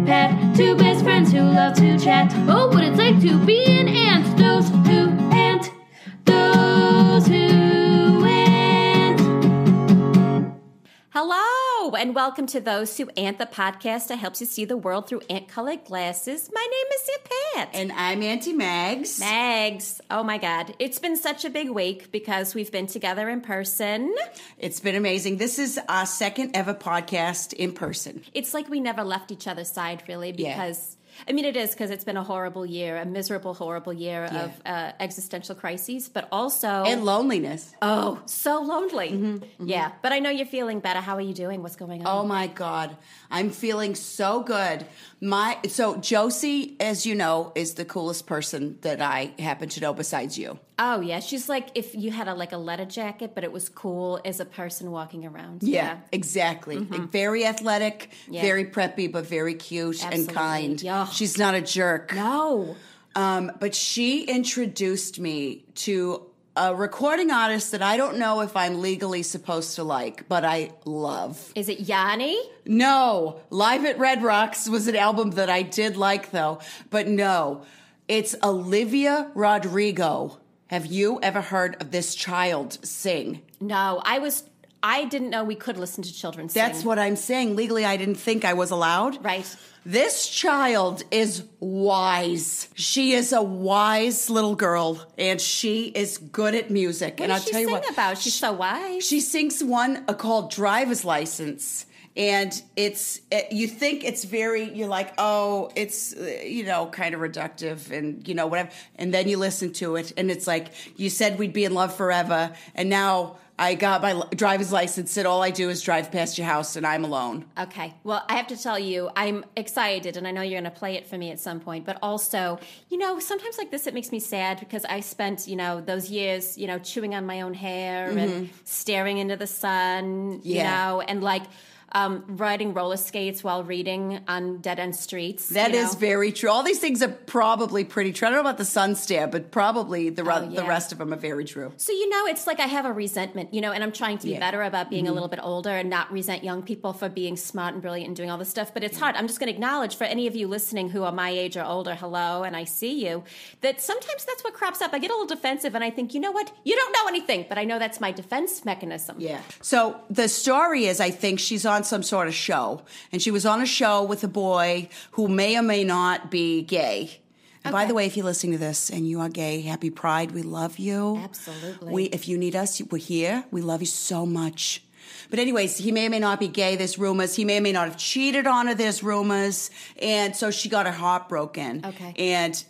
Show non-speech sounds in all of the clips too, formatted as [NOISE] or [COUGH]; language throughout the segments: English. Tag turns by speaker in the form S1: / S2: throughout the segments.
S1: Two best friends who love to chat. Oh, what it's like to be an ant. Those who ant. Those who ant.
S2: Hello, and welcome to Those Who Ant, the podcast that helps you see the world through ant colored glasses. My name is Pat.
S3: And I'm Auntie Mags.
S2: Mags. Oh my God. It's been such a big week because we've been together in person.
S3: It's been amazing. This is our second ever podcast in person.
S2: It's like we never left each other's side, really,
S3: Yeah.
S2: because. I mean, it is because it's been a horrible year, a miserable, horrible year
S3: Yeah.
S2: of uh, existential crises, but also,
S3: And loneliness.
S2: oh, so lonely. Yeah. But I know you're feeling better. How are you doing? What's going on?
S3: Oh my God. I'm feeling so good. My so Josie, as you know, is the coolest person that I happen to know besides you.
S2: Oh yeah, she's like if you had a like a leather jacket, but it was cool as a person walking around.
S3: Exactly. Very athletic,
S2: Mm-hmm. Yeah.
S3: very preppy, but very cute
S2: Absolutely.
S3: and kind.
S2: Yeah.
S3: She's not a jerk.
S2: No.
S3: Um, but she introduced me to a recording artist that I don't know if I'm legally supposed to like, but I love.
S2: Is it Yanni?
S3: No, Live at Red Rocks was an album that I did like though, but no, it's Olivia Rodrigo. Have you ever heard of this child sing?
S2: No, I was. I didn't know we could listen to children sing.
S3: That's what I'm saying. Legally, I didn't think I was allowed.
S2: Right.
S3: This child is wise. She is a wise little girl, and she is good at music.
S2: What
S3: and
S2: does
S3: I'll
S2: she
S3: tell you
S2: sing
S3: what.
S2: about? She's so wise.
S3: She sings one uh, called "Driver's License," and it's it, you think it's very you're like, oh, it's uh, you know kind of reductive and you know whatever, and then you listen to it, and it's like you said we'd be in love forever, and now. I got my li- driver's license, and all I do is drive past your house, and I'm alone.
S2: Okay. Well, I have to tell you, I'm excited, and I know you're going to play it for me at some point. But also, you know, sometimes like this, it makes me sad because I spent, you know, those years, you know, chewing on my own hair and staring into the sun, you
S3: Mm-hmm. Yeah.
S2: know, and like um, riding roller skates while reading on dead end streets.
S3: That
S2: you
S3: is
S2: know?
S3: very true. All these things are probably pretty true. I don't know about the sun stare, but probably the ru-
S2: Oh, yeah.
S3: the rest of them are very true.
S2: So you know, it's like I have a resentment, you know, and I'm trying to be
S3: Yeah. Mm-hmm.
S2: better about being a little bit older and not resent young people for being smart and brilliant and doing all this stuff. But it's hard. I'm just going to acknowledge for any of you listening who are my age or older, hello, and I see you, that sometimes that's what crops up. I get a little defensive, and I think, you know what, you don't know anything, but I know that's my defense mechanism.
S3: Yeah. So the story is, I think she's on some sort of show, and she was on a show with a boy who may or may not be gay. And by
S2: Okay.
S3: the way, if you're listening to this and you are gay, happy Pride. We love you.
S2: Absolutely.
S3: We, if you need us, we're here. We love you so much. But anyways, he may or may not be gay. There's rumors. He may or may not have cheated on her. There's rumors, and so she got her heart broken.
S2: Okay.
S3: And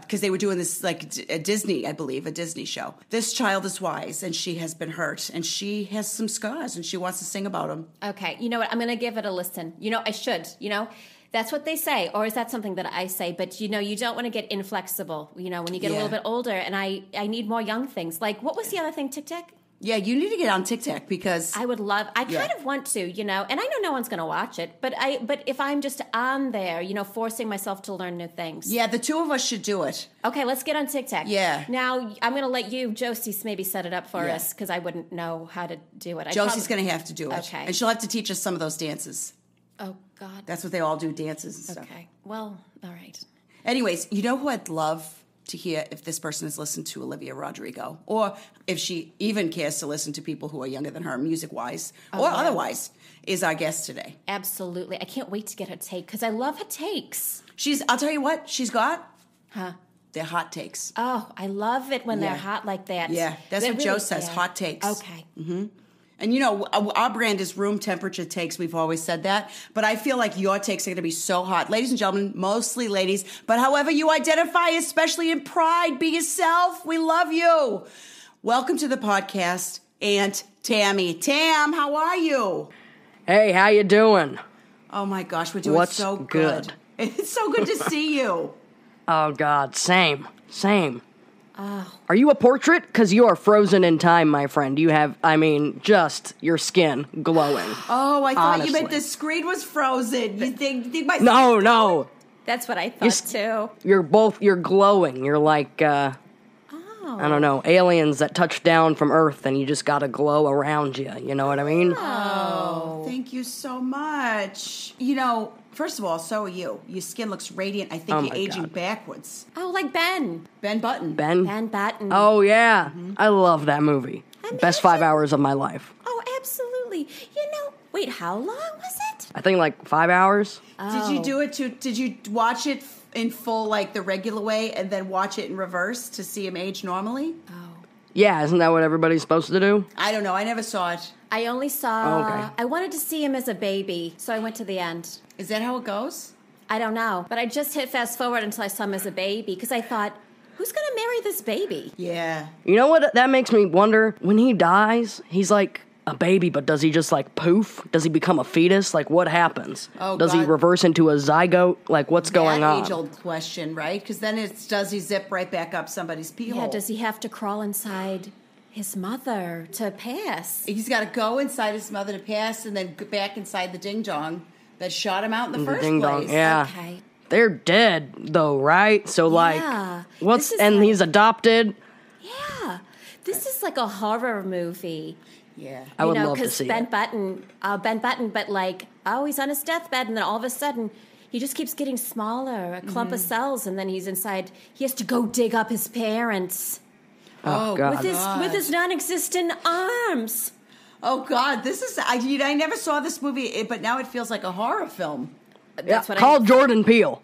S3: because they were doing this like d- a Disney, I believe, a Disney show. This child is wise, and she has been hurt, and she has some scars, and she wants to sing about them.
S2: Okay, you know what? I'm going to give it a listen. You know, I should, you know? That's what they say, or is that something that I say? But you know, you don't want to get inflexible. You know, when you get a
S3: Yeah.
S2: little bit older, and I, I need more young things. Like, what was the other thing? Tic Tac.
S3: Yeah, you need to get on TikTok because
S2: I would love. I kind
S3: Yeah.
S2: of want to, you know, and I know no one's going to watch it, but I. But if I'm just on there, you know, forcing myself to learn new things.
S3: yeah, the two of us should do it.
S2: Okay, let's get on TikTok.
S3: Yeah.
S2: Now I'm going to let you, Josie, maybe set it up for
S3: Yeah.
S2: us because I wouldn't know how to do it. I
S3: Josie's going to have to do it,
S2: Okay.
S3: and she'll have to teach us some of those dances.
S2: Oh God.
S3: That's what they all do, dances and stuff.
S2: okay. Well, all right.
S3: Anyways, you know who I'd love to hear if this person has listened to Olivia Rodrigo, or if she even cares to listen to people who are younger than her, music wise or
S2: yeah.
S3: otherwise, is our guest today.
S2: Absolutely. I can't wait to get her take because I love her takes.
S3: She's, I'll tell you what, she's got
S2: Huh.
S3: they're hot takes.
S2: Oh, I love it when
S3: Yeah.
S2: they're hot like that.
S3: Yeah, that's
S2: They're
S3: what Joe
S2: really-
S3: says,
S2: yeah.
S3: hot takes. Mm-hmm.
S2: Okay.
S3: And you know, our our brand is room temperature takes. We've always said that. But I feel like your takes are going to be so hot. Ladies and gentlemen, mostly ladies, but however you identify, especially in pride, be yourself. We love you. Welcome to the podcast, Aunt Tammy. Tam, how are you?
S4: Hey, how you doing?
S3: Oh my gosh, we're doing
S4: What's
S3: so good.
S4: good?
S3: It's so good to see
S4: [LAUGHS]
S3: you.
S4: Oh God, same, same. Are you a portrait? Cause you are frozen in time, my friend. You have, I mean, just your skin glowing.
S3: Oh, I thought you meant
S4: Honestly.
S3: the screen was frozen. You think, you think my
S4: No, no,
S2: That's what I thought
S4: Yes.
S2: too.
S4: you're both. You're glowing. You're like, uh, I don't know, aliens that touch down from Earth, and you just got a glow around you. You know what I mean?
S2: Oh.
S3: Thank you so much. You know, first of all, so are you. Your skin looks radiant. I think
S4: Oh
S3: you're
S4: my
S3: aging
S4: God.
S3: backwards.
S2: Oh, like Ben.
S3: Ben Button.
S4: Ben.
S2: Ben Batten.
S4: Oh yeah, I love that movie.
S2: I'm
S4: Best five
S2: actually-
S4: hours of my life.
S2: Oh, absolutely. You know, wait, how long was it?
S4: I think like five hours.
S3: Did you
S2: Oh.
S3: do it to? Did you watch it f- in full, like the regular way, and then watch it in reverse to see him age normally?
S4: Oh. Yeah, isn't that what everybody's supposed to do?
S3: I don't know. I never saw it.
S2: I only saw.
S4: Oh, okay.
S2: I wanted to see him as a baby, so I went to the end.
S3: Is that how it goes?
S2: I don't know, but I just hit fast forward until I saw him as a baby because I thought, who's going to marry this baby?
S3: Yeah.
S4: You know what? That makes me wonder. When he dies, he's like a baby, but does he just like poof? Does he become a fetus? Like what happens?
S3: Oh,
S4: does he
S3: God.
S4: reverse into a zygote? Like what's going
S3: that
S4: on?
S3: age-old question, right? Because then it's does he zip right back up somebody's pee hole?
S2: Yeah, does he have to crawl inside his mother to pass?
S3: He's got to go inside his mother to pass, and then go back inside the ding dong that shot him out in the first
S4: ding dong,
S3: place.
S4: yeah.
S2: Okay.
S4: They're dead though, right? So like,
S2: Yeah.
S4: what's
S2: This is
S4: and
S2: like-
S4: he's adopted.
S2: Yeah. This is like a horror movie.
S3: Yeah.
S4: I would
S2: you know,
S4: love to
S2: because
S4: see
S2: Ben
S4: it.
S2: Button, uh, Ben Button, but like, oh, he's on his deathbed, and then all of a sudden, he just keeps getting smaller, a clump
S4: Mm-hmm.
S2: of cells, and then he's inside. He has to go dig up his parents
S3: Oh,
S4: God.
S2: with his with his non-existent arms.
S3: Oh God, this is I, you know, I never saw this movie, it- but now it feels like a horror film.
S2: That's what
S4: Call
S2: I
S4: Jordan Peele.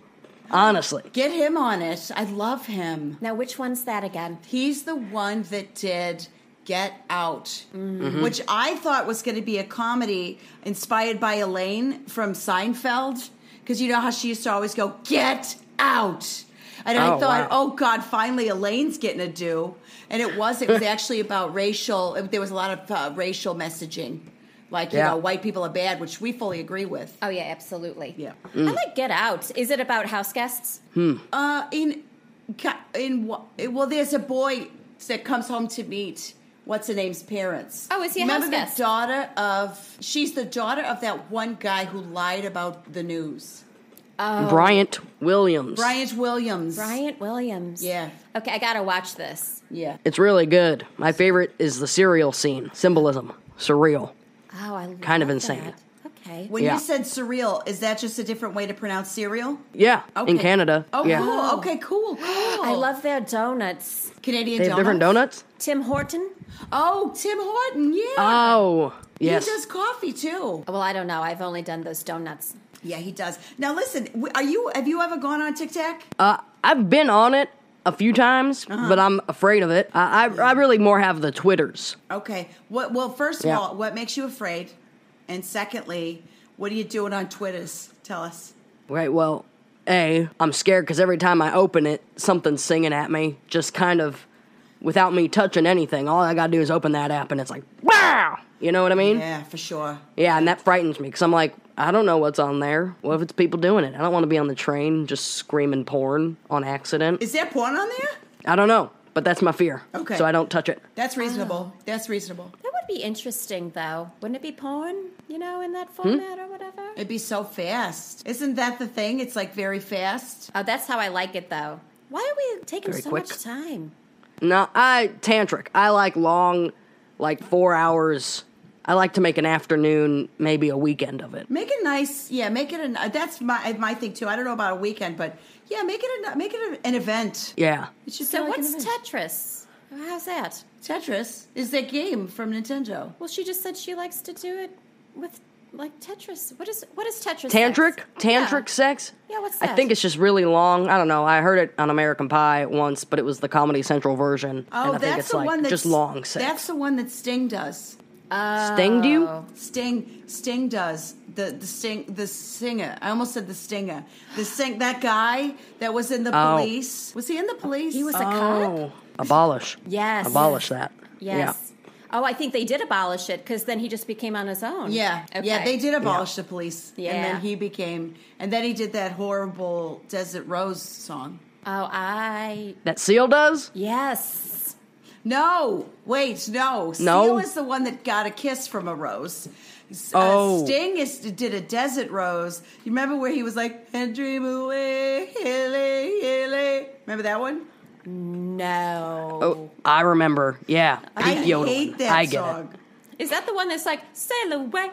S4: Honestly,
S3: Get him on it. I love him.
S2: now. Which one's that again?
S3: He's the one that did Get Out,
S4: Mm-hmm.
S3: which I thought was going to be a comedy inspired by Elaine from Seinfeld, because you know how she used to always go Get Out. And I
S4: Oh,
S3: thought,
S4: wow.
S3: oh God, finally Elaine's getting a do. And it was. It was
S4: [LAUGHS]
S3: actually about racial. It, there was a lot of uh, racial messaging, like you
S4: Yeah.
S3: know, white people are bad, which we fully agree with.
S2: Oh yeah, absolutely.
S3: Yeah.
S4: Mm.
S2: I like Get Out. Is it about house guests?
S3: Uh, in ca- in wha- eh, well, there's a boy that comes home to meet what's her name's parents.
S2: Oh, is he a
S3: Remember
S2: house
S3: the
S2: guest?
S3: daughter of? She's the daughter of that one guy who lied about the news.
S4: Bryant Williams.
S3: Bryant Williams.
S2: Bryant Williams.
S3: Yeah.
S2: Okay, I gotta watch this.
S3: Yeah.
S4: It's really good. My favorite is the cereal scene. Symbolism, surreal.
S2: Oh, I love
S4: Kind of insane.
S2: that. Okay.
S3: When
S4: Yeah.
S3: you said surreal, is that just a different way to pronounce cereal?
S4: Yeah, in
S3: Okay.
S4: Canada.
S3: Oh,
S4: yeah.
S3: cool. Okay, cool. Cool. I
S2: [GASPS] I love their donuts.
S3: Canadian
S4: They have different donuts?
S2: Tim Horton.
S3: Oh, Tim Horton. Yeah.
S4: Oh, yes.
S3: He does coffee too.
S2: Well, I don't know. I've only done those donuts.
S3: Yeah, he does. Now listen, w- are you? Have you ever gone on Tic Tac?
S4: Uh, I've been on it a few times,
S3: Uh-huh.
S4: but I'm afraid of it. I, I, I really more have the Twitters.
S3: Okay. What? Well, first of
S4: Yeah.
S3: all, what makes you afraid? And secondly, what are you doing on Twitters? Tell us.
S4: Right, well, A, I'm scared because every time I open it, something's singing at me, just kind of without me touching anything. All I gotta do is open that app and it's like, wow! You know what I mean?
S3: Yeah, for sure.
S4: Yeah, and that frightens me because I'm like, I don't know what's on there. What if it's people doing it? I don't want to be on the train just screaming porn on accident.
S3: Is there porn on there?
S4: I don't know, but that's my fear.
S3: Okay.
S4: So I don't touch it.
S3: That's reasonable. That's reasonable.
S2: That would be interesting, though. Wouldn't it be porn? You know, in that format or whatever.
S3: It'd be so fast. Isn't that the thing? It's like very fast.
S2: Oh, that's how I like it, though. Why are we taking
S4: Very
S2: so
S4: quick.
S2: much time?
S4: No, I tantric. I like long, like four hours. I like to make an afternoon, maybe a weekend of it.
S3: Make it nice. Yeah, make it an. uh, That's my my thing too. I don't know about a weekend, but yeah, make it a make it a, an event.
S4: Yeah.
S3: It should
S2: So
S3: be like an
S2: what's
S3: event.
S2: Tetris? How's that?
S3: Tetris? Is that game from Nintendo?
S2: Well, she just said she likes to do it with like Tetris. What is what is Tetris?
S4: Tantric?
S2: sex?
S4: Tantric
S2: Yeah.
S4: sex?
S2: Yeah, what's
S4: I
S2: that?
S4: think it's just really long. I don't know. I heard it on American Pie once, but it was the Comedy Central version.
S3: Oh,
S4: and I
S3: that's
S4: think it's
S3: the
S4: like
S3: one that's
S4: just long sex.
S3: That's the one that Sting does.
S4: Stinged you?
S2: Oh.
S3: Sting Sting does the the Sting the singer. I almost said the stinger. The sing that guy that was in the
S4: Oh.
S3: police. Was he in the police?
S2: He was a cop.
S4: Oh. Abolish.
S2: Yes.
S4: Abolish that.
S2: Yes. Oh, I think they did abolish it because then he just became on his own.
S3: yeah,
S2: Okay.
S3: yeah. They did abolish the police, and
S2: Yeah.
S3: then he became, and then he did that horrible Desert Rose song.
S2: Oh, I
S4: Yeah. That Seal does?
S2: yes.
S3: No, wait, no. Seal
S4: No?
S3: is the one that got a kiss from a rose. S-
S4: Oh.
S3: Uh, Sting is, did a desert rose. You remember where he was like, and dream away, hilly, hilly. Remember that one?
S2: No.
S4: Oh, I remember. Yeah. Pete
S3: I
S4: Yodeling.
S3: hate that
S4: I get
S3: song.
S2: Is that the one that's like sail away,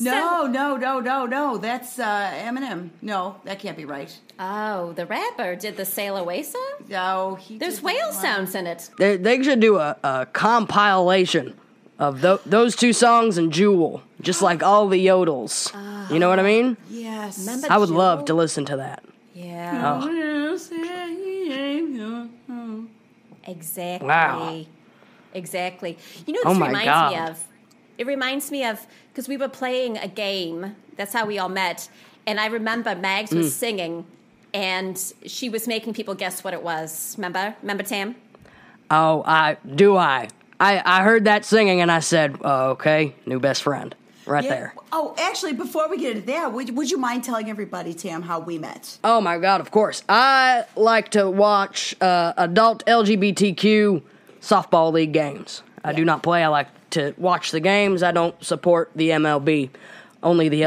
S3: No, no, no, no, no. That's uh, Eminem. No, that can't be right.
S2: Oh, the rapper did the Sail Away song?
S3: No, he.
S2: There's
S3: did
S2: whale
S3: that one.
S2: sounds in it.
S4: They, they should do a, a compilation of tho- those two songs and Jewel, just like all the yodels. you know what I mean?
S3: Yes.
S2: Remember
S4: I would
S2: Jewel?
S4: love to listen to that.
S2: Yeah,
S3: Oh.
S2: exactly.
S4: Wow.
S2: Exactly. You know,
S4: Oh
S2: what this
S4: my
S2: reminds me
S4: God.
S2: of. It reminds me of because we were playing a game. That's how we all met. And I remember Mags was singing, and she was making people guess what it was. Remember? Remember Tam?
S4: Oh, I do I. I, I heard that singing and I said, oh, okay, new best friend. Right
S3: Yeah.
S4: there.
S3: Oh, actually, before we get into that, would, would you mind telling everybody, Tam, how we met?
S4: Oh my god, of course. I like to watch uh, adult LGBTQ softball league games. I do not play. I like to watch the games. I don't support the MLB, only the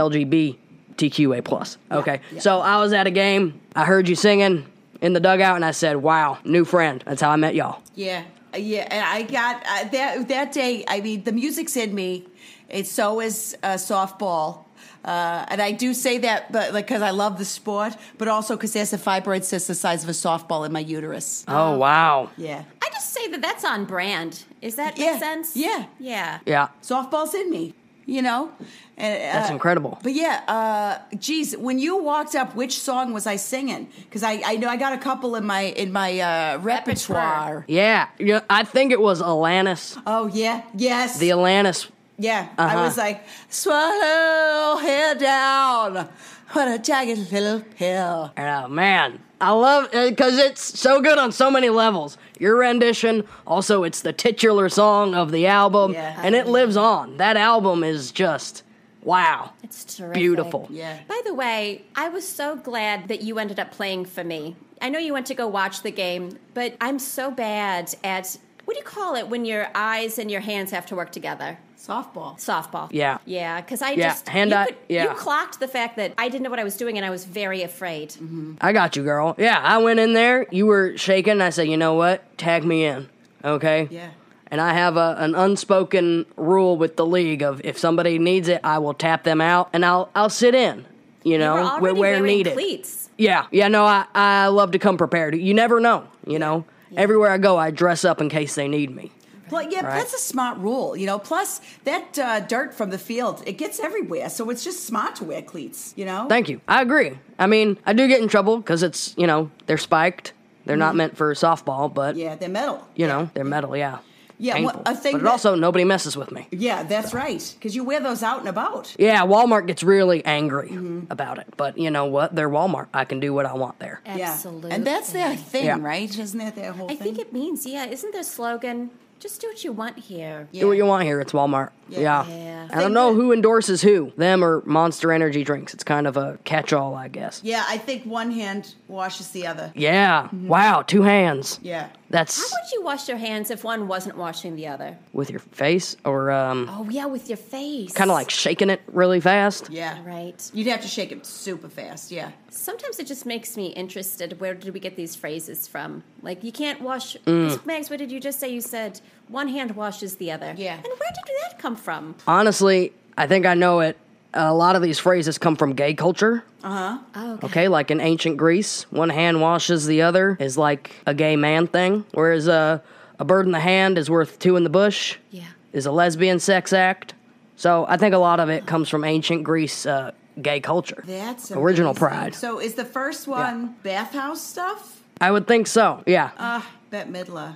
S4: LGBTQA+. plus. Okay. So I was at a game. I heard you singing in the dugout and I said, "Wow, new friend." That's how I met y'all.
S3: Yeah, uh, yeah, and I got uh, that that day. I mean, the music's in me. It so is uh, softball, uh, and I do say that, but like because I love the sport, but also because there's a fibroid cyst the size of a softball in my uterus.
S4: Oh, wow.
S3: Yeah,
S2: I just say that that's on brand. Is that
S3: Yeah.
S2: make sense?
S3: Yeah.
S2: Yeah.
S4: Yeah.
S3: softball's in me. You know, and, uh,
S4: That's incredible.
S3: But yeah, uh, geez, when you walked up, which song was I singing? Because I, I know I got a couple in my in my uh, repertoire.
S2: Repertoire.
S4: Yeah. yeah. I think it was Alanis.
S3: Oh yeah, yes,
S4: The Alanis
S3: Yeah, I
S4: Uh-huh.
S3: was like, swallow head down, what a jagged little pill.
S4: Oh man, I love because it's so good on so many levels. Your rendition, also, it's the titular song of the album,
S3: Yeah.
S4: and it lives on. That album is just wow,
S2: It's terrific.
S4: beautiful.
S3: Yeah.
S2: By the way, I was so glad that you ended up playing for me. I know you went to go watch the game, but I'm so bad at what do you call it when your eyes and your hands have to work together?
S3: Softball.
S2: Softball.
S4: Yeah.
S2: Yeah, because I
S4: Yeah,
S2: just
S4: hand
S2: you,
S4: eye-
S2: could-
S4: yeah.
S2: you clocked the fact that I didn't know what I was doing and I was very afraid.
S4: I got you, girl. Yeah, I went in there. You were shaking. And I said, you know what? Tag me in, okay?
S3: Yeah.
S4: And I have a, an unspoken rule with the league of if somebody needs it, I will tap them out, and I'll I'll sit in. You
S2: You
S4: know,
S2: were
S4: wh-
S2: already
S4: where
S2: wearing
S4: needed.
S2: cleats.
S4: Yeah, yeah, no, I, I love to come prepared. You never know, you know. Everywhere I go, I dress up in case they need me.
S3: Plus, yeah, that's a smart rule, you know. Plus, that uh, dirt from the field, it gets everywhere, so it's just smart to wear cleats, you know.
S4: Thank you. I agree. I mean, I do get in trouble because it's, you know, they're spiked. They're not meant for softball, but,
S3: Mm-hmm. yeah, they're metal.
S4: you know, they're metal, yeah.
S3: Yeah, well,
S4: Painful.
S3: I think
S4: but it
S3: that-
S4: also, nobody messes with me.
S3: Yeah, that's right, because you wear those out and about.
S4: Yeah, Walmart gets really angry
S3: Mm-hmm.
S4: about it, but you know what? They're Walmart. I can do what I want there.
S3: Uh,
S2: Absolutely.
S3: Yeah. and that's their thing,
S4: Yeah.
S3: right? Isn't that their whole
S2: I
S3: thing?
S2: think it means, yeah, isn't their slogan? Just do what you want here.
S4: Do what you want here. It's Walmart.
S3: Yeah.
S4: Yeah.
S2: Yeah.
S4: I don't know who endorses who, them or Monster Energy drinks. It's kind of a catch-all, I guess.
S3: yeah, I think one hand washes the other.
S4: Yeah. Wow. Two hands.
S3: Mm-hmm. Yeah.
S4: That's
S2: How would you wash your hands if one wasn't washing the other?
S4: with your face or um,
S2: Oh, yeah, with your face.
S4: kind of like shaking it really fast.
S3: Oh, Yeah.
S2: Right.
S3: You'd have to shake it super fast. Yeah.
S2: Sometimes it just makes me interested. Where did we get these phrases from? Like, you can't wash.
S4: Mm.
S2: Mags, what did you just say? You said one hand washes the other.
S3: Yeah.
S2: And where did that come from?
S4: Honestly, I think I know it. A lot of these phrases come from gay culture.
S3: Uh-huh.
S2: Oh, okay.
S4: Okay, like in ancient Greece, one hand washes the other is like a gay man thing, whereas uh, a bird in the hand is worth two in the bush.
S2: Yeah.
S4: Is a lesbian sex act. So I think a lot of it comes from ancient Greece uh, gay culture.
S3: That's
S4: original
S3: amazing.
S4: pride.
S3: So is the first one bathhouse stuff?
S4: I would think so. Yeah.
S3: Ah, Bette Midler.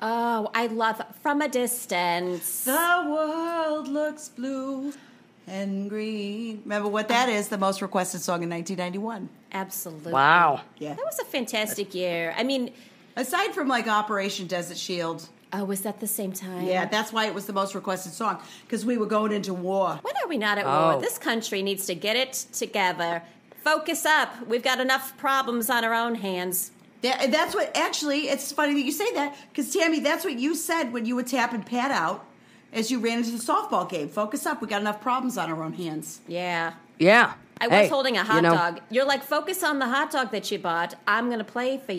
S2: Oh, I love from a distance.
S3: The world looks blue and green. Remember what that is? The most requested song in 1991.
S2: Absolutely.
S4: wow.
S3: Yeah.
S2: That was a fantastic year. I mean,
S3: Aside from like Operation Desert Shield.
S2: oh, was that the same time?
S3: Yeah, that's why it was the most requested song because we were going into war.
S2: When are we not at
S4: Oh.
S2: war? This country needs to get it together. Focus up. We've got enough problems on our own hands.
S3: That, and that's what actually. It's funny that you say that because Tammy, that's what you said when you were tapping Pat out as you ran into the softball game. Focus up. We got enough problems on our own hands.
S2: Yeah.
S4: Yeah.
S2: I was
S4: Hey,
S2: holding a
S4: you
S2: hot
S4: know,
S2: dog. You're like, focus on the hot dog that you bought. I'm going to play for
S4: Mm-hmm.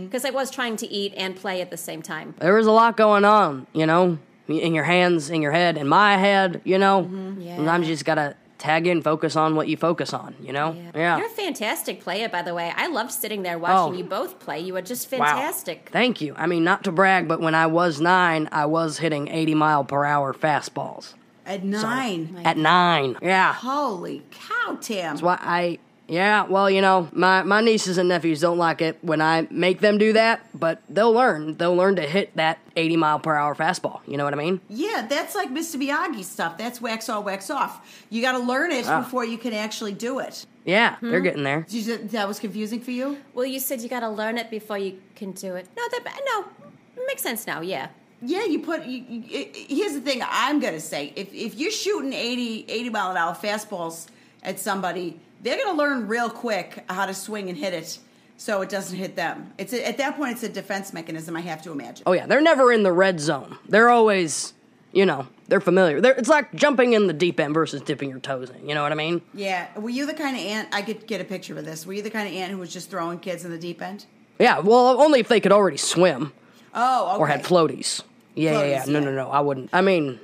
S2: you. Because I was trying to eat and play at the same time. Mm-hmm.
S4: There was a lot going on, you know, in your hands, in your head, in my head, you know. Sometimes you just gotta tag in, focus on what you focus on. You know? Yeah.
S2: You're a fantastic player, by the way. I loved sitting there watching
S4: Oh.
S2: you both play. You are just
S4: Wow.
S2: fantastic.
S4: Thank you. I mean, not to brag, but when I was nine, I was hitting 80 mile per hour fastballs.
S3: At nine.
S4: At nine. Yeah.
S3: Holy cow, Tam.
S4: Why I yeah, well, you know, my, my nieces and nephews don't like it when I make them do that, but they'll learn. They'll learn to hit that 80 mile per hour fastball. You know what I mean?
S3: Yeah, that's like Mr. Miyagi stuff. That's wax on, wax off. You got to learn it before you can actually do it.
S4: Yeah, they're
S2: Hmm.
S4: getting there.
S3: Did you, that was confusing for you?
S2: Well, you said you got to learn it before you can do it. No, that no makes sense now. Yeah.
S3: Yeah, you put. You, you, it- it- here's the thing I'm going to say if, if you're shooting 80, 80 mile an hour fastballs at somebody, they're going to learn real quick how to swing and hit it so it doesn't hit them. It's a, At that point, it's a defense mechanism, I have to imagine.
S4: Oh yeah, they're never in the red zone. They're always, you know, they're familiar. They're, it's like jumping in the deep end versus dipping your toes in. You know what I mean?
S3: Yeah, were you the kind of aunt? I could get a picture of this. Were you the kind of aunt who was just throwing kids in the deep end?
S4: Yeah, well, only if they could already swim.
S3: Oh, okay.
S4: or had floaties. Yeah, yeah,
S3: Floaties,
S4: yeah. No,
S3: yeah.
S4: no, no. I wouldn't. I mean,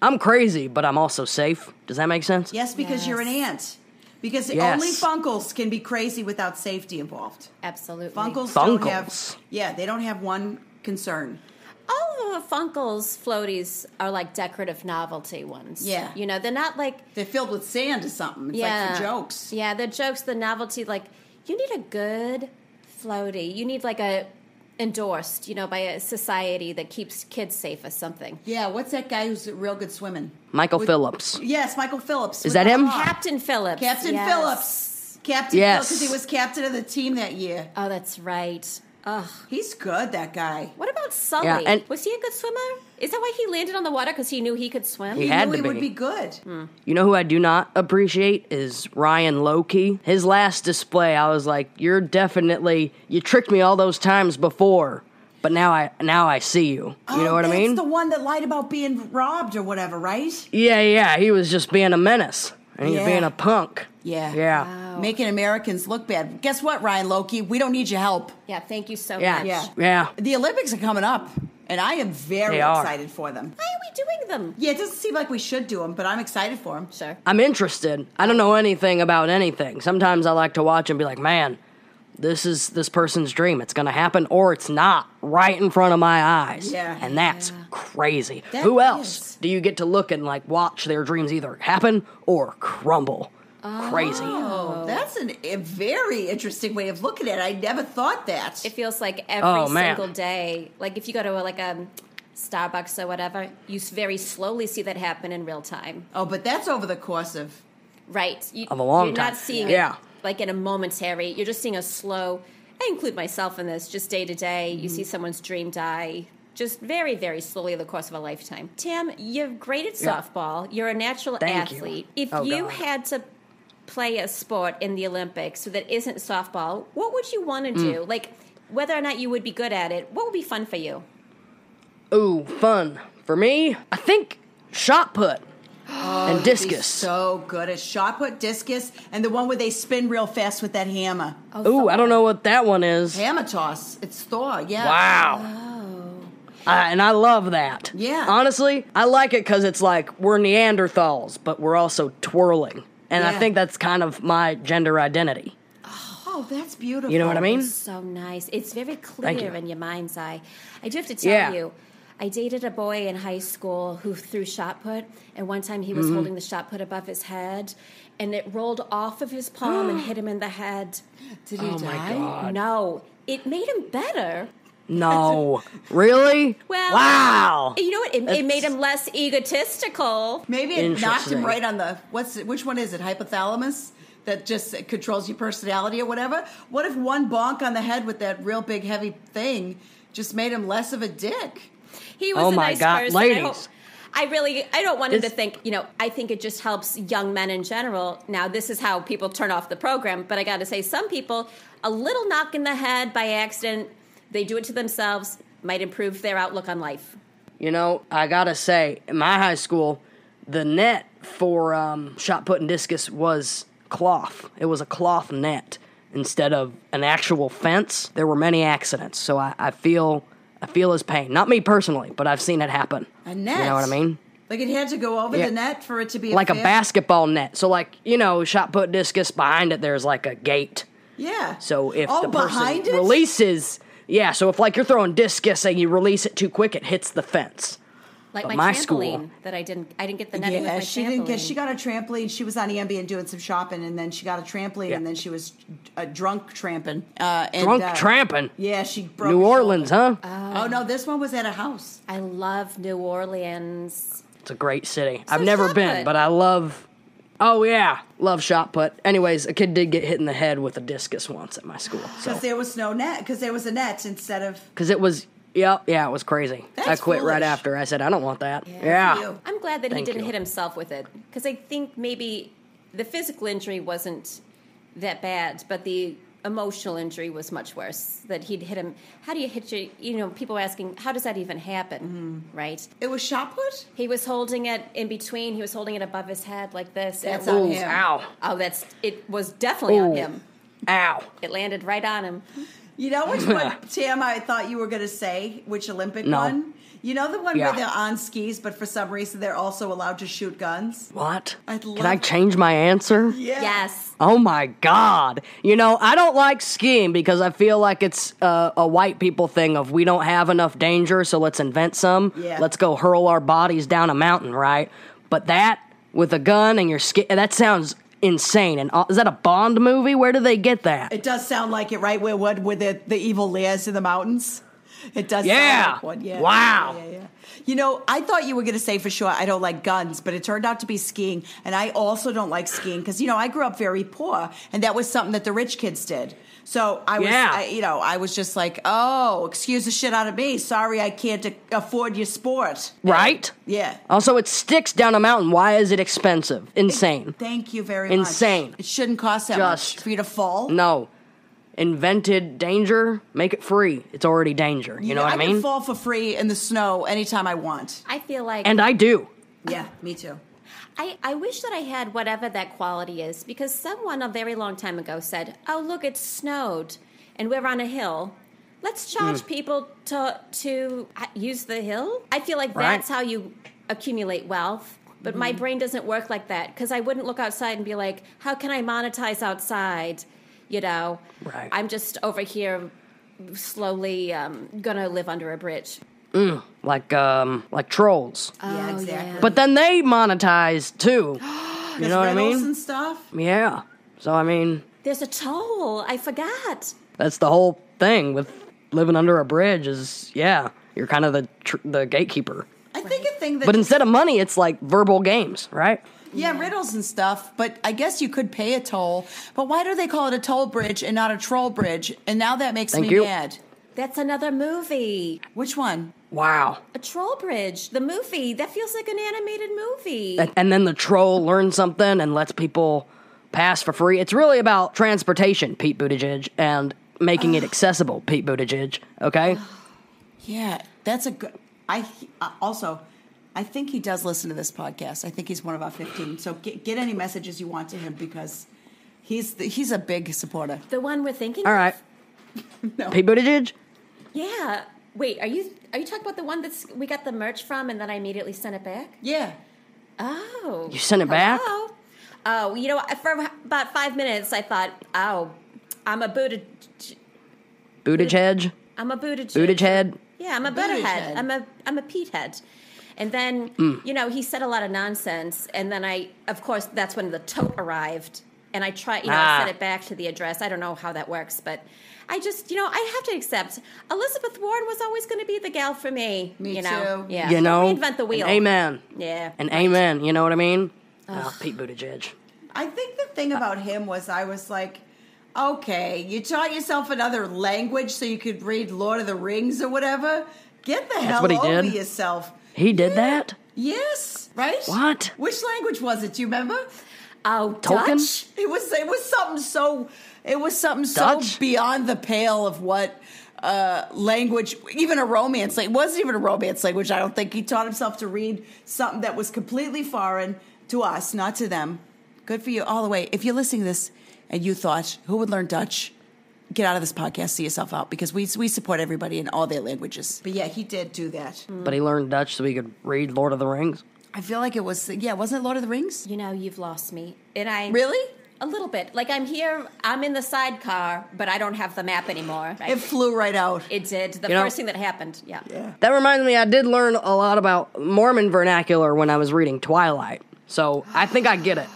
S4: I'm crazy, but I'm also safe. Does that make sense?
S3: Yes, because you're an ant. Because
S4: Yes.
S3: only Funkles can be crazy without safety involved.
S2: Absolutely.
S3: Funkles, don't
S4: Funkles.
S3: have. Yeah, they don't have one concern.
S2: All of the Funkles floaties are like decorative novelty ones.
S3: Yeah.
S2: You know, they're not like
S3: They're filled with sand or something. It's
S2: yeah
S3: like for jokes.
S2: Yeah, they're jokes. The novelty, like you need a good floaty. You need like a endorsed, you know, by a society that keeps kids safe or something.
S3: Yeah, what's that guy who's real good swimming?
S4: Michael Phillips.
S3: Yes, Michael Phillips. with
S4: that
S3: the
S4: him?
S3: car.
S2: Captain Phillips.
S3: Captain
S2: yes.
S3: Phillips. Captain
S4: Yes.
S3: because he was captain of the team that year.
S2: Oh, that's right. Ugh.
S3: He's good, that guy.
S2: What about Sully?
S4: Yeah, and-
S2: was he a good swimmer? Is that why he landed on the water because he knew he could swim?
S4: He
S3: I
S4: had
S3: knew
S4: to
S3: he would
S4: be.
S3: be good.
S4: You know who I do not appreciate is Ryan Lowkey. His last display, I was like, "You're definitely you tricked me all those times before, but now I now I see you." You know
S3: Oh,
S4: what I
S3: that's
S4: mean?
S3: the one that lied about being robbed or whatever, right?
S4: yeah, yeah. He was just being a menace and he was
S3: Yeah.
S4: being a punk.
S3: Yeah.
S4: yeah.
S3: Making Americans look bad. Guess what, Ryan Loki? We don't need your help.
S2: Yeah, thank you so
S4: Yeah.
S2: much.
S3: Yeah.
S4: Yeah.
S3: The Olympics are coming up, and I am very
S4: They are.
S3: excited for them.
S2: Why are we doing them?
S3: Yeah, it doesn't seem like we should do them, but I'm excited for them.
S2: Sure.
S4: I'm interested. I don't know anything about anything. Sometimes I like to watch and be like, man, this is this person's dream. It's going to happen or it's not right in front of my eyes.
S3: Yeah.
S4: And that's crazy.
S3: That
S4: Who else
S3: is.
S4: do you get to look and like watch their dreams either happen or crumble? Crazy.
S3: Oh, that's an, a very interesting way of looking at it. I never thought that.
S2: It feels like every
S4: Oh, man.
S2: single day. Like if you go to a, like a Starbucks or whatever, you s- very slowly see that happen in real time.
S3: oh, but that's over the course of.
S2: Right. You,
S4: Of a long
S2: You're
S4: time.
S2: not seeing
S4: Yeah.
S2: it like in a momentary. You're just seeing a slow. I include myself in this. Just day to day,
S4: Mm-hmm.
S2: you see someone's dream die. Just very, very slowly over the course of a lifetime. Tim, you're great at
S4: Yeah.
S2: softball. You're a natural
S4: Thank you.
S2: athlete. If
S4: Oh,
S2: you
S4: God.
S2: had to play a sport in the Olympics that isn't softball, what would you
S4: Mm.
S2: want to do? Like whether or not you would be good at it, what would be fun for you?
S4: Ooh, fun. For me, I think shot put
S3: [GASPS]
S4: and
S3: He's
S4: discus.
S3: so good at shot put, discus, and the one where they spin real fast with that hammer.
S4: Ooh, I don't know what that one is.
S3: Hammer toss. It's Thor, yeah.
S4: Wow. I- and I love that.
S3: Yeah.
S4: Honestly, I like it because it's like we're Neanderthals, but we're also twirling. And I
S3: Yeah.
S4: think that's kind of my gender identity.
S3: Oh, that's beautiful.
S4: You know what I mean?
S2: So nice. It's very clear
S4: you.
S2: in your mind's eye. I do have to tell
S4: Yeah.
S2: you, I dated a boy in high school who threw shot put, and one time he was
S4: Mm-hmm.
S2: holding the shot put above his head, and it rolled off of his palm
S4: [GASPS]
S2: and hit him in the head.
S3: Did
S4: Oh
S3: he die?
S2: No, it made him better.
S4: No. really?
S2: Well,
S4: wow.
S2: You know what? It, it made
S4: That's-
S2: him less egotistical.
S3: Maybe it knocked
S4: Interesting.
S3: him right on the what's it, which one is it? Hypothalamus that just controls your personality or whatever. What if one bonk on the head with that real big heavy thing just made him less of a dick?
S2: He was
S4: Oh
S2: a
S4: my
S2: nice
S4: God,
S2: person. I, hope-
S4: ladies.
S2: I really, I don't want him to
S4: It's-
S2: think, you know, I think it just helps young men in general. Now, this is how people turn off the program, but I got to say, some people, a little knock in the head by accident, they do it to themselves, might improve their outlook on life.
S4: You know, I gotta say, in my high school, the net for um, shot put and discus was cloth. It was a cloth net instead of an actual fence. There were many accidents, so I, I feel I feel his pain. Not me personally, but I've seen it happen.
S3: A net.
S4: You know what I mean?
S3: Like it had to go over
S4: Yeah.
S3: the net for it to be
S4: like a
S3: fair-
S4: basketball net. So like you know, shot put discus behind it. There's like a gate.
S3: Yeah.
S4: So if
S3: oh,
S4: the person
S3: behind it?
S4: releases, yeah. So if like you're throwing discus and you release it too quick, it hits the fence.
S2: Like
S4: But
S2: my,
S4: my
S2: trampoline
S4: school-
S2: that I didn't I didn't get the netting with
S3: Yeah,
S2: my
S3: she didn't get.
S2: trampoline.
S3: She got a trampoline. She was on E Ambien doing some shopping, and then she got a trampoline,
S4: Yeah.
S3: and then she was uh, drunk tramping.
S5: Uh, and,
S4: Drunk
S3: uh,
S4: tramping.
S3: Yeah, she broke
S4: New
S3: her
S4: Orleans,
S3: shoulder.
S4: huh?
S3: Oh no, this one was at a house.
S2: I love New Orleans.
S4: It's a great city. I've
S2: So
S4: never
S2: shot
S4: been,
S2: put.
S4: but I love. Oh yeah, love shot put. Anyways, a kid did get hit in the head with a discus once at
S3: [GASPS]
S4: my school. So
S3: Because there was no net. Because there was a net instead of.
S4: because it was, yep, yeah, it was crazy. I
S3: That's
S4: quit right
S3: foolish.
S4: after. I said I don't want that. Yeah,
S3: you.
S2: I'm glad that he
S4: Thank
S2: didn't
S4: you.
S2: hit himself with it because I think maybe the physical injury wasn't that bad, but the emotional injury was much worse. That he'd hit him. How do you hit your? You know, people asking how does that even happen,
S4: Mm-hmm.
S2: right?
S3: It was shot put.
S2: He was holding it in between. He was holding it above his head like this. and it
S3: That's on
S2: was-
S3: him.
S4: ow,
S2: Oh, that's it. Was definitely on
S4: Ooh.
S2: him.
S4: ow.
S2: It landed right on him.
S3: You know which [LAUGHS] one, Tam? I thought you were going to say which Olympic
S4: No.
S3: one. You know the one
S4: Yeah.
S3: where they're on skis, but for some reason they're also allowed to shoot guns.
S4: What?
S3: I'd
S4: Can
S3: love-
S4: I change my answer?
S3: Yeah.
S2: Yes.
S4: Oh my god. You know, I don't like skiing because I feel like it's uh, a white people thing of we don't have enough danger, so let's invent some.
S3: Yeah.
S4: Let's go hurl our bodies down a mountain, right? But that with a gun and your ski that sounds insane. And uh, is that a Bond movie? Where do they get that?
S3: It does sound like it, right? Where what with the, the evil layers in the mountains? It does
S4: Yeah.
S3: sound like one. Yeah.
S4: Wow.
S3: Yeah, yeah, yeah. You know, I thought you were going to say for sure I don't like guns, but it turned out to be skiing. And I also don't like skiing because, you know, I grew up very poor and that was something that the rich kids did. So I was,
S4: Yeah.
S3: I, you know, I was just like, oh, excuse the shit out of me. Sorry, I can't a- afford your sport.
S4: right?
S3: Yeah.
S4: Also, it sticks down a mountain. Why is it expensive? Insane.
S3: Thank you very much.
S4: Insane.
S3: It shouldn't cost that
S4: Just-
S3: much for you to fall.
S4: No. Invented danger, make it free. It's already danger. You know what I
S3: I
S4: mean?
S3: can fall for free in the snow anytime I want.
S2: I feel like
S4: and I do.
S3: Yeah, me too.
S2: I, I wish that I had whatever that quality is because someone a very long time ago said, Oh, look, it snowed and we're on a hill. Let's charge people to, to uh, use the hill. I feel like
S4: Right.
S2: that's how you accumulate wealth. But my brain doesn't work like that because I wouldn't look outside and be like, How can I monetize outside? You know,
S4: Right.
S2: I'm just over here slowly um, gonna live under a bridge.
S4: Like um like trolls.
S3: yeah, exactly.
S4: But then they monetize too. you know what I
S3: riddles
S4: mean?
S3: and stuff.
S4: Yeah. So I mean,
S2: There's a toll. I forgot.
S4: that's the whole thing with living under a bridge is yeah, you're kind of the tr- the gatekeeper.
S3: I think a thing that
S4: But instead of money, it's like verbal games, right?
S3: yeah, riddles and stuff. But I guess you could pay a toll. But why do they call it a toll bridge and not a troll bridge? And now that makes
S4: Thank
S3: me
S4: you.
S3: mad.
S2: That's another movie.
S3: Which one?
S4: Wow.
S2: A troll bridge, the movie. That feels like an animated movie.
S4: And, and then the troll learns something and lets people pass for free. It's really about transportation, Pete Buttigieg, and making it accessible, Pete Buttigieg. Okay?
S3: Yeah, that's a good. I uh, also, I think he does listen to this podcast. I think he's one of our fifteen. So get, get any messages you want to him because he's the, he's a big supporter.
S2: the one we're thinking.
S4: All
S2: of? [LAUGHS]
S4: right. Pete Buttigieg?
S2: Yeah. Wait, are you are you talking about the one that's we got the merch from and then I immediately sent it back?
S3: Yeah,
S2: Oh.
S4: You sent it back?
S2: Hello? Oh, you know, what? for about five minutes, I thought, oh, I'm a Buddha.
S4: Buttigieg?
S2: I'm a Buddha.
S4: Buttigieg?
S2: Yeah, I'm a
S3: Buddha
S2: Buddha head.
S3: head.
S2: I'm a I'm a Pete head. And then
S4: Mm.
S2: you know he said a lot of nonsense. And then I, of course, that's when the tote arrived. And I tried, you know, I
S4: Ah.
S2: sent it back to the address. I don't know how that works, but I just, you know, I have to accept Elizabeth Warren was always going to be the gal for me.
S3: Me
S2: you know,
S3: too.
S2: yeah,
S4: you know,
S2: reinvent the
S4: and
S2: wheel.
S4: amen,
S2: Yeah,
S4: and amen. You know what I mean? Ah, Pete Buttigieg.
S3: I think the thing about him was I was like, okay, you taught yourself another language so you could read Lord of the Rings or whatever. Get the hell
S4: what he
S3: over
S4: did?
S3: yourself.
S4: He did that.
S3: Yes, right?
S4: What?
S3: Which language was it? Do you remember?
S2: oh,
S4: Tolkien?
S2: Dutch?
S3: It was it was something so it was something
S4: Dutch?
S3: so beyond the pale of what uh, language, even a romance, like it wasn't even a romance language. I don't think he taught himself to read something that was completely foreign to us, not to them. Good for you all the way. If you're listening to this and you thought who would learn Dutch, get out of this podcast, see yourself out because we we support everybody in all their languages. But yeah, he did do that.
S4: But he learned Dutch so he could read Lord of the Rings.
S5: I feel like it was yeah, wasn't it Lord of the Rings?
S2: You know, you've lost me. And I
S5: Really?
S2: a little bit. Like I'm here, I'm in the sidecar, but I don't have the map anymore. I-
S5: It flew right out.
S2: it did. The
S4: You know-
S2: first thing that happened. Yeah.
S4: That reminds me, I did learn a lot about Mormon vernacular when I was reading Twilight. So I think I get it.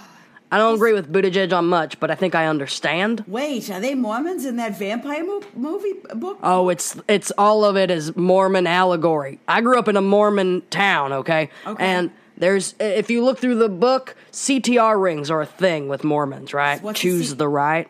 S4: I don't agree with Buttigieg on much, but I think I understand.
S3: Wait, are they Mormons in that vampire mo- movie book?
S4: Oh, it's it's all of it is Mormon allegory. I grew up in a Mormon town, okay? Okay. And there's if you look through the book, CTR rings are a thing with Mormons, right?
S3: What's a
S4: choose
S3: C-
S4: the right.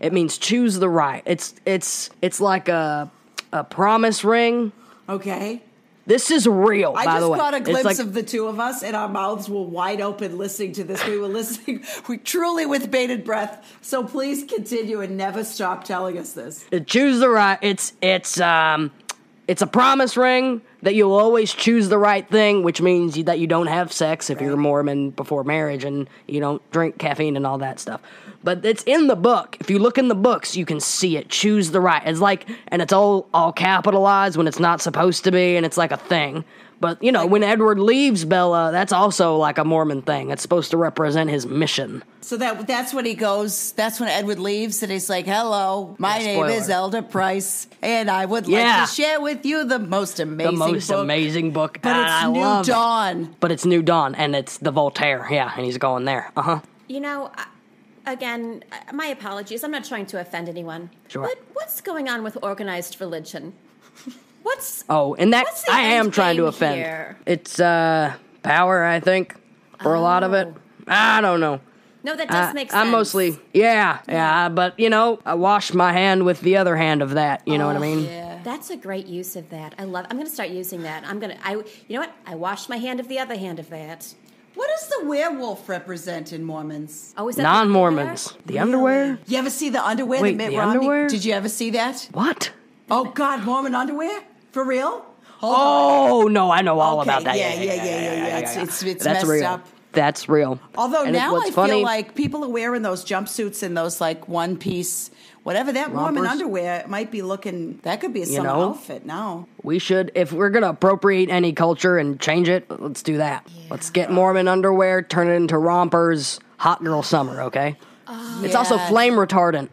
S4: It means choose the right. It's it's it's like a a promise ring.
S3: Okay.
S4: This is real,
S3: I
S4: by
S3: just
S4: the way.
S3: caught a
S4: It's
S3: glimpse
S4: like-
S3: of the two of us, and our mouths were wide open listening to this. We were listening, [LAUGHS] we truly with bated breath. So please continue and never stop telling us this.
S4: Uh, choose the right. It's it's um, it's a promise ring that you'll always choose the right thing, which means you, that you don't have sex if you're Mormon before marriage and you don't drink caffeine and all that stuff. But it's in the book. If you look in the books, you can see it. Choose the right. It's like and it's all all capitalized when it's not supposed to be, and it's like a thing. But you know, when Edward leaves Bella, that's also like a Mormon thing. It's supposed to represent his mission.
S5: So that that's when he goes. That's when Edward leaves, and he's like, "Hello, my
S4: Yeah,
S5: name is
S4: spoiler.
S5: Elder Price, and I would
S4: Yeah.
S5: like to share with you the most
S4: The
S5: amazing,
S4: most
S5: book,
S4: amazing book.
S5: But it's
S4: I
S5: New
S4: love it.
S5: Dawn.
S4: But it's New Dawn, and it's the Voltaire. Yeah, and he's going there. Uh huh.
S2: You know, I- again, uh, my apologies. I'm not trying to offend anyone.
S4: Sure.
S2: But what's going on with organized religion? [LAUGHS] What's
S4: Oh, and that
S2: What's the
S4: I am
S2: end
S4: trying to
S2: game
S4: offend.
S2: here?
S4: It's uh power, I think, for a lot of it.
S2: Oh.
S4: I don't know.
S2: no? That does
S4: I-
S2: make sense.
S4: uh, I'm mostly yeah, yeah, but you know, I wash my hand with the other hand of that. You
S3: Oh,
S4: know what I mean?
S2: That's a great use of that. I love. I'm going to start using that. I'm going to. I. You know what? I washed my hand of the other hand of that.
S3: What does the werewolf represent in Mormons?
S2: Oh, is that the-
S4: Non-Mormons, the underwear.
S3: You ever see the underwear?
S4: Wait,
S3: that Mitt
S4: the
S3: Romney?
S4: underwear?
S3: Did you ever see that?
S4: What?
S3: Oh God, Mormon underwear for real? Hold on.
S4: Oh no, I know all
S3: Okay,
S4: about that.
S3: yeah, yeah, yeah, yeah, yeah. It's- it's- it's
S4: That's
S3: messed
S4: real.
S3: up.
S4: That's real.
S3: Although
S4: And it-
S3: now
S4: what's
S3: I
S4: funny,
S3: feel like people are wearing those jumpsuits and those like one piece, whatever that Mormon
S4: Rompers.
S3: underwear might be looking. That could be a summer
S4: know?
S3: outfit now.
S4: We should, if we're gonna appropriate any culture and change it, let's do that. Let's get Mormon underwear, turn it into rompers, hot girl summer. Okay.
S3: Oh,
S4: It's also
S3: Yeah.
S4: flame retardant.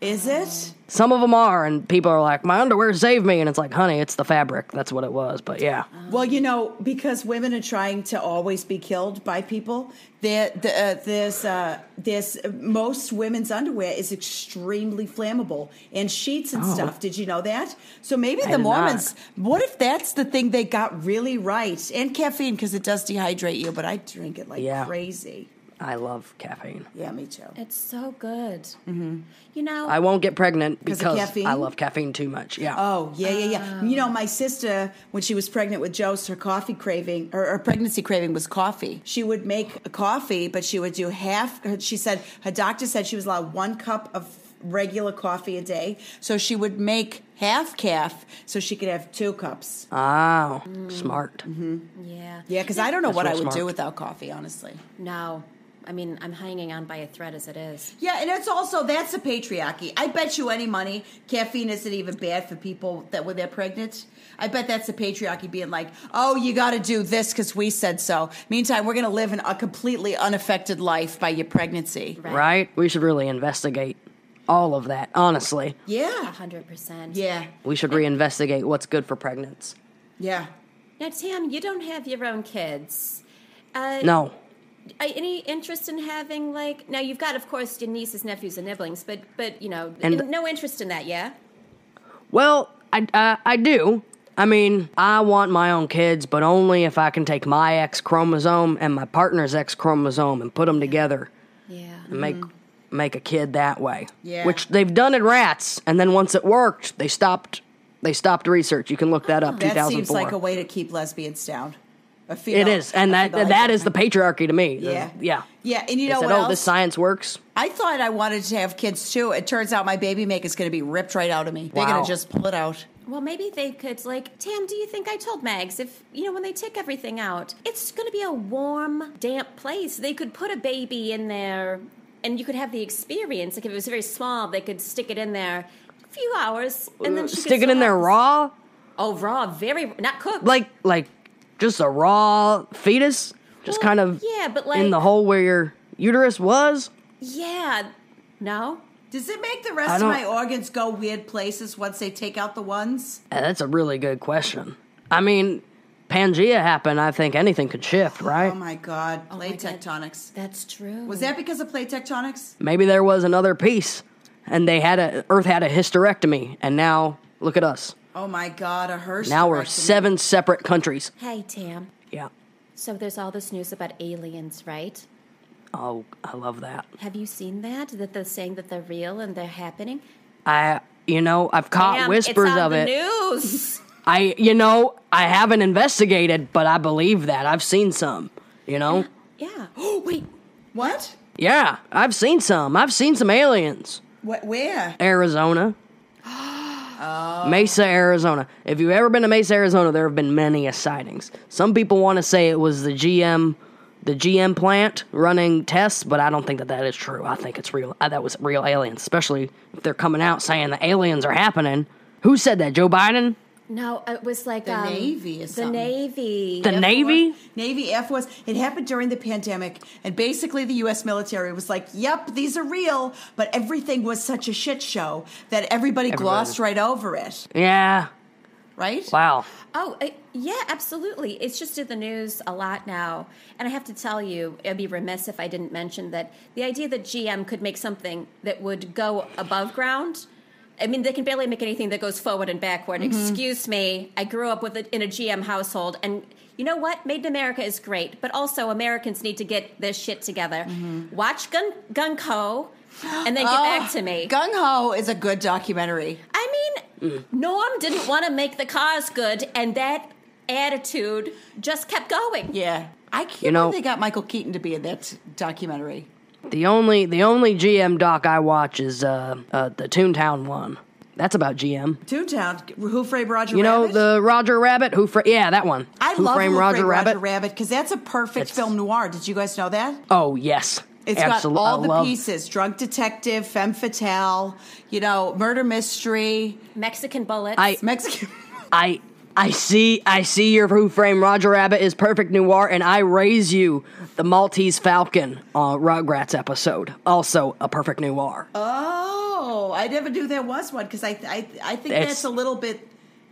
S3: Is it?
S4: Some of them are, and people are like, "My underwear saved me," and it's like, "Honey, it's the fabric. That's what it was." But yeah,
S3: Well, you know, because women are trying to always be killed by people, there, the, uh, there's, uh, there's most women's underwear is extremely flammable and sheets and stuff. Did you know that? So maybe the
S4: Oh. did not.
S3: Mormons. What if that's the thing they got really right? And caffeine because it does dehydrate you, but I drink it like
S4: Yeah.
S3: crazy.
S4: I love caffeine.
S3: Yeah, me too.
S2: It's so good. You know.
S4: Mm-hmm. I won't get pregnant
S3: 'Cause of
S4: because
S3: caffeine?
S4: I love caffeine too much. Yeah.
S3: Oh yeah, yeah, yeah. You know, my sister when she was pregnant with Jost, her coffee craving, her, her pregnancy craving was coffee. She would make a coffee, but she would do half. her- She said her doctor said she was allowed one cup of regular coffee a day, so she would make half calf so she could have two cups.
S4: Oh,
S3: Mm-hmm.
S4: smart.
S2: yeah.
S3: yeah, because I don't know
S4: That's
S3: what I
S4: real
S3: would do
S4: smart.
S3: without coffee, honestly.
S2: No. I mean, I'm hanging on by a thread as it is.
S3: Yeah, and it's also that's the patriarchy. I bet you any money caffeine isn't even bad for people that when they're pregnant. I bet that's the patriarchy being like, "Oh, you got to do this because we said so." Meantime, we're going to live in a completely unaffected life by your pregnancy.
S2: Right.
S4: Right? We should really investigate all of that. Honestly,
S3: Yeah,
S2: 100%.
S3: yeah,
S4: we should reinvestigate what's good for pregnants.
S3: yeah.
S2: Now, Tam, you don't have your own kids. Uh,
S4: No.
S2: uh, Any interest in having, like, now you've got, of course, your nieces, nephews, and nibblings, but, but you know,
S4: And-
S2: no interest in that, yeah?
S4: Well, I, I, I do. I mean, I want my own kids, but only if I can take my X chromosome and my partner's X chromosome and put them together
S2: Yeah.
S4: and make make a kid that way.
S3: Yeah.
S4: Which they've done in rats, and then once it worked, they stopped they stopped research. You can look that up. Two
S3: Oh, That
S4: thousand
S3: seems
S4: four.
S3: like a way to keep lesbians down. A
S4: it
S3: female-
S4: is, and
S3: a
S4: that
S3: female
S4: that is the
S3: lesbian.
S4: patriarchy to me.
S3: Yeah.
S4: yeah,
S3: Yeah, and you
S4: They
S3: know
S4: said,
S3: what
S4: "Oh,
S3: else?
S4: this science works."
S3: I thought I wanted to have kids too. It turns out my baby make is going to be ripped right out of me. They're going
S4: Wow.
S3: to just pull it out.
S2: Well, maybe they could, like, Tam, do you think I told Mags if, you know, when they take everything out, it's going to be a warm, damp place. They could put a baby in there and you could have the experience. Like, if it was very small, they could stick it in there a few hours and then she could
S4: Stick it in
S2: still
S4: there
S2: have-
S4: raw,
S2: Oh, raw, very, not cooked.
S4: like like just a raw fetus, just
S2: Well,
S4: kind of
S2: yeah, but,
S4: in the
S2: like-
S4: hole where your uterus was.
S2: Yeah. No?
S3: Does it make the
S4: I
S3: rest of
S4: don't-
S3: my organs go weird places once they take out the ones?
S4: Yeah, Eh, that's a really good question. I mean, Pangea happened. I think anything could shift, right?
S3: Oh
S2: Um,
S3: my god,
S2: my
S3: plate
S2: God.
S3: tectonics.
S2: That's true.
S3: Was that because of plate tectonics?
S4: Maybe there was another piece, and they had a Earth had a hysterectomy, and now look at us.
S3: Oh my god, a Hirsch.
S4: Now we're seven separate countries.
S2: Hey, Tam.
S4: Yeah.
S2: So there's all this news about aliens, right?
S4: Oh, I love that.
S2: Have you seen that? That they're saying that they're real and they're happening?
S4: I, you know, I've caught
S2: Tam,
S4: whispers
S2: it's on
S4: of
S2: the
S4: it. [LAUGHS]
S2: News.
S4: I, you know, I haven't investigated, but I believe that I've seen some. You know.
S2: yeah. [GASPS] Oh, wait.
S3: What?
S4: Yeah, I've seen some. I've seen some aliens.
S3: What? Where?
S4: Arizona. [GASPS] Mesa, Arizona. If you've ever been to Mesa, Arizona, there have been many a sightings. Some people want to say it was the GM, the GM plant running tests, but I don't think that that is true. I think it's real. uh, That was real aliens, especially if they're coming out saying the aliens are happening. Who said that? Joe Biden?
S2: No, it was like the
S3: Navy or
S2: The
S3: something.
S2: Navy.
S4: The
S2: Air
S4: Navy?
S3: Navy Air Force. It happened during the pandemic, and basically the U.S. military was like, "Yep, these are real," but everything was such a shit show that everybody, glossed right over it.
S4: Yeah.
S3: Right?
S4: Wow.
S2: Oh, uh, yeah, absolutely. It's just in the news a lot now. And I have to tell you, I'd be remiss if I didn't mention that the idea that GM could make something that would go above ground. I mean, they can barely make anything that goes forward and backward. Excuse me. I grew up with it in a GM household, and you know what? Made in America is great, but also Americans need to get their shit together. Watch Gun Gung Ho, and then get back to me.
S3: Gung Ho is a good documentary.
S2: I mean, Norm didn't want to make the cars good, and that attitude just kept going.
S3: Yeah, I can't
S4: know-
S3: believe they got Michael Keaton to be in that documentary.
S4: The only the only GM doc I watch is uh, uh the Toontown one. That's about GM.
S3: Toontown, Who Framed Roger
S4: You know
S3: Rabbit?
S4: the Roger Rabbit? Who? Fra- yeah, that one.
S3: I
S4: Who
S3: love
S4: framed
S3: Who
S4: Roger
S3: Framed
S4: Rabbit?
S3: Roger Rabbit because that's a perfect
S4: It's-
S3: film noir. Did you guys know that?
S4: Oh yes,
S3: It's
S4: Absol-
S3: got all
S4: I
S3: the
S4: love-
S3: pieces: drunk detective, femme fatale, you know, murder mystery,
S2: Mexican bullets.
S4: I
S3: Mexican. [LAUGHS]
S4: I I see I see your Who Framed Roger Rabbit is perfect noir, and I raise you the Maltese Falcon uh, Rugrats episode, also a perfect noir.
S3: Uh, Oh, I never knew there was one because I, I, I think
S4: It's-
S3: that's a little bit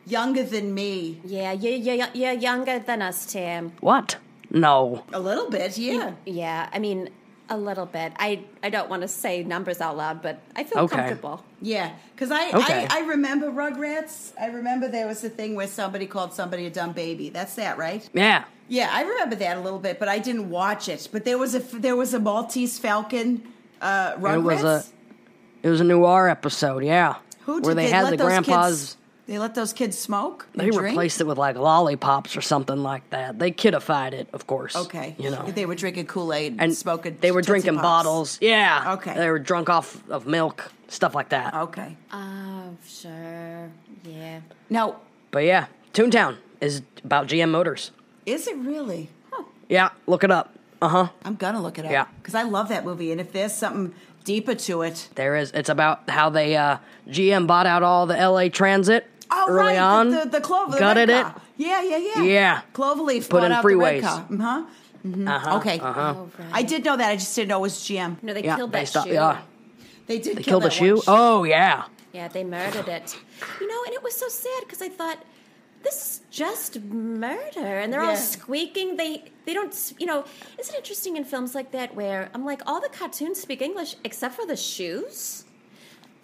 S3: younger than me.
S2: yeah, you're, you're, you're younger than us, Tim.
S4: what? No,
S3: A little bit, yeah.
S2: Yeah, I mean, a little bit. I, I don't want to say numbers out loud, but I feel
S4: Okay.
S2: comfortable.
S3: Yeah, because I,
S4: Okay.
S3: I I remember Rugrats. I remember there was a thing where somebody called somebody a dumb baby. That's that, right?
S4: yeah,
S3: Yeah, I remember that a little bit, but I didn't watch it. But there was a there was a Maltese Falcon uh, Rugrats.
S4: it was a it was a noir episode. Yeah,
S3: Who
S4: where
S3: did
S4: they, had
S3: let
S4: the
S3: those
S4: grandpas.
S3: Kids, they let those kids smoke. and
S4: They
S3: drink?
S4: replaced it with like lollipops or something like that. They kidified it, of course.
S3: Okay,
S4: you know
S3: they were drinking Kool Aid and,
S4: and
S3: smoking.
S4: They were
S3: Tootsie
S4: drinking
S3: Pops.
S4: bottles. Yeah.
S3: Okay.
S4: They were drunk off of milk, stuff like that.
S3: Okay,
S2: Oh, sure. Yeah.
S3: now
S4: But yeah, Toontown is about GM Motors.
S3: is it really?
S4: Yeah, look it up. Uh huh.
S3: I'm gonna look it up.
S4: Yeah.
S3: because I love that movie, and if there's something deeper to it,
S4: There is. It's about how they uh, GM bought out all the LA Transit
S3: oh
S4: early
S3: right, the-
S4: on.
S3: the, the clover, the
S4: gutted
S3: red
S4: it.
S3: car. Yeah, yeah, yeah.
S4: Yeah.
S3: Cloverleaf
S4: Put
S3: bought
S4: in
S3: out the red
S4: freeways.
S3: car. Uh-huh.
S4: Uh huh.
S3: Okay,
S2: Oh, right.
S3: I did know that. I just didn't know it was GM.
S2: No, they
S4: Yeah,
S2: killed
S4: they
S2: that
S4: stopped-
S2: shoe.
S4: yeah.
S3: They did
S4: They
S3: kill
S4: killed the
S3: that one
S4: shoe. Oh yeah.
S2: Yeah, they murdered it. You know, and it was so sad because I thought this is just murder, and they're all
S3: Yeah.
S2: squeaking. They they don't, s- you know. Isn't it interesting in films like that where I'm like, all the cartoons speak English except for the shoes.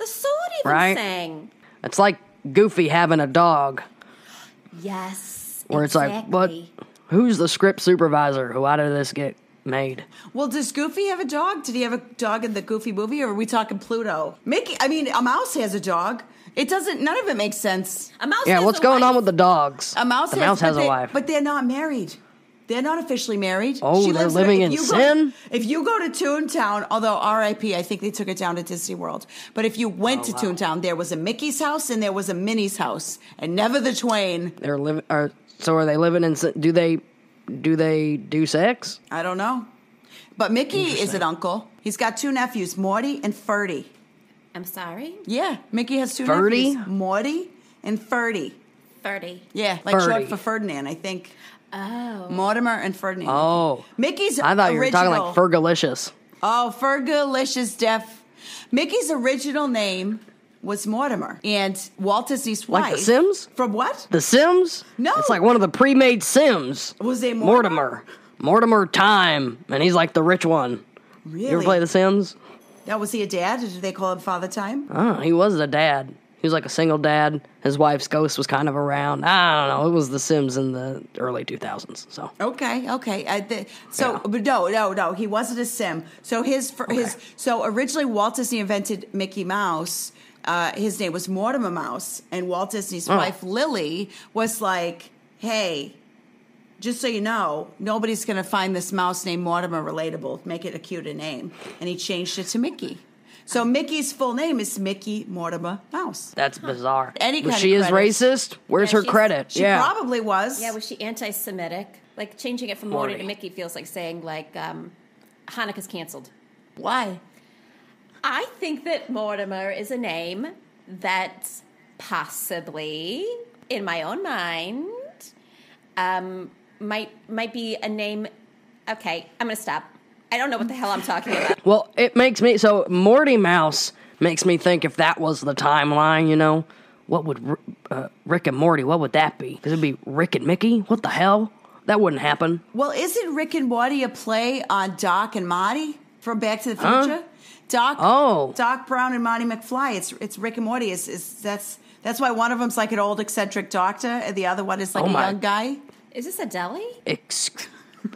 S2: The sword even
S4: Right.
S2: sang.
S4: It's like Goofy having a dog,
S2: Yes.
S4: where it's like, what?
S2: exactly.
S4: Who's the script supervisor? Who? How did this get made?
S3: Well, does Goofy have a dog? Did he have a dog in the Goofy movie, or are we talking Pluto? Mickey, I mean, a mouse has a dog. It doesn't. None of it makes sense.
S2: A mouse
S4: Yeah,
S2: has
S4: what's
S2: a
S4: going
S2: wife.
S4: on with the dogs?
S3: A mouse.
S4: The
S3: has,
S4: mouse
S3: but
S4: has a
S3: they-
S4: wife.
S3: but they're not married. They're not officially married.
S4: Oh, they're
S3: lives
S4: living
S3: if
S4: in
S3: you go-
S4: sin?
S3: if you go to Toontown, although R.I.P., I think they took it down to Disney World. But if you went
S4: Oh,
S3: to Toontown, there was a Mickey's house and there was a Minnie's house, and never the twain.
S4: They're living. Are so? Are they living in? s- Do they? Do they do sex?
S3: I don't know. But Mickey is an uncle. He's got two nephews, Morty and Ferdy.
S2: I'm sorry,
S3: Yeah, Mickey has two
S4: Ferdy?
S3: nephews, Morty and Ferdy.
S2: thirty. Oh.
S3: Yeah, like short
S4: Ferdy.
S3: for Ferdinand, I think. Mortimer and Ferdinand.
S4: Oh.
S3: Mickey's
S4: I thought you were talking
S3: original-
S4: like Fergalicious.
S3: Oh, Fergalicious Deaf. Mickey's original name was Mortimer, and Walt Disney's wife.
S4: Like The Sims?
S3: From what?
S4: The Sims?
S3: No.
S4: It's like one of the pre made Sims.
S3: Was it Mortimer?
S4: Mortimer? Mortimer Time. And he's like the rich one.
S3: Really?
S4: You ever play The Sims?
S3: Now, was he a dad? Or did they call him Father Time?
S4: Oh, he was the dad. He was like a single dad. His wife's ghost was kind of around. I don't know. It was The Sims in the early 2000s. So
S3: Okay, okay. I th- so,
S4: Yeah.
S3: but no, no, no. He wasn't a sim. So his fir- his so originally Walt Disney invented Mickey Mouse. Uh, his name was Mortimer Mouse, and Walt Disney's
S4: Oh.
S3: wife Lily was like, "Hey, just so you know, nobody's going to find this mouse named Mortimer relatable. Make it a cuter name." And he changed it to Mickey. So Mickey's full name is Mickey Mortimer Mouse.
S4: that's bizarre.
S3: Any
S4: But
S3: kind of
S4: she is
S3: credits.
S4: racist. Where's
S2: Yeah,
S4: her
S2: she's-
S4: credit?
S3: She
S4: yeah.
S3: probably was.
S2: Yeah, was she anti-Semitic? Like changing it from Morty to
S4: Morty.
S2: Mickey feels like saying like um, Hanukkah's canceled.
S3: Why?
S2: I think that Mortimer is a name that possibly, in my own mind, um, might might be a name. Okay, I'm gonna stop. I don't know what the hell I'm talking about.
S4: Well, it makes me so Morty Mouse makes me think if that was the timeline, you know, what would R- uh, Rick and Morty? What would that be? Because it'd be Rick and Mickey. What the hell? That wouldn't happen.
S3: Well, isn't Rick and Morty a play on Doc and Marty from Back to the Future? Doc,
S4: Oh.
S3: Doc Brown and Marty McFly. It's it's Rick and Morty. Is is that's that's why one of them's like an old eccentric doctor, and the other one is like
S4: Oh
S3: a
S4: my-
S3: young guy.
S2: Is this a deli?
S4: Ex-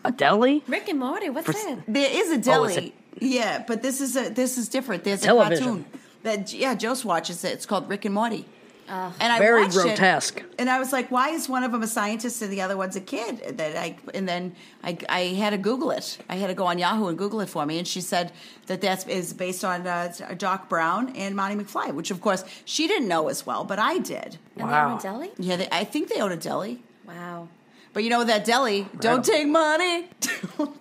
S4: a deli?
S2: Rick and Morty, what's that?
S3: There is a
S4: Oh, is
S3: deli, yeah, but this is a this is different. There's
S4: Television.
S3: a cartoon that yeah, Jost watches it. It's called Rick and Morty. and I
S4: Very
S3: watched it,
S4: grotesque.
S3: and I was like, "Why is one of them a scientist and the other one's a kid?" And then I and then I, I had to Google it. I had to go on Yahoo and Google it for me. And she said that that is based on uh, Doc Brown and Monty McFly, which of course she didn't know as well, but I did.
S2: And they own
S4: Wow.
S2: a deli?
S3: Yeah, they, I think they own a deli,
S2: Wow.
S3: but you know that deli don't
S4: Incredible.
S3: take money. [LAUGHS]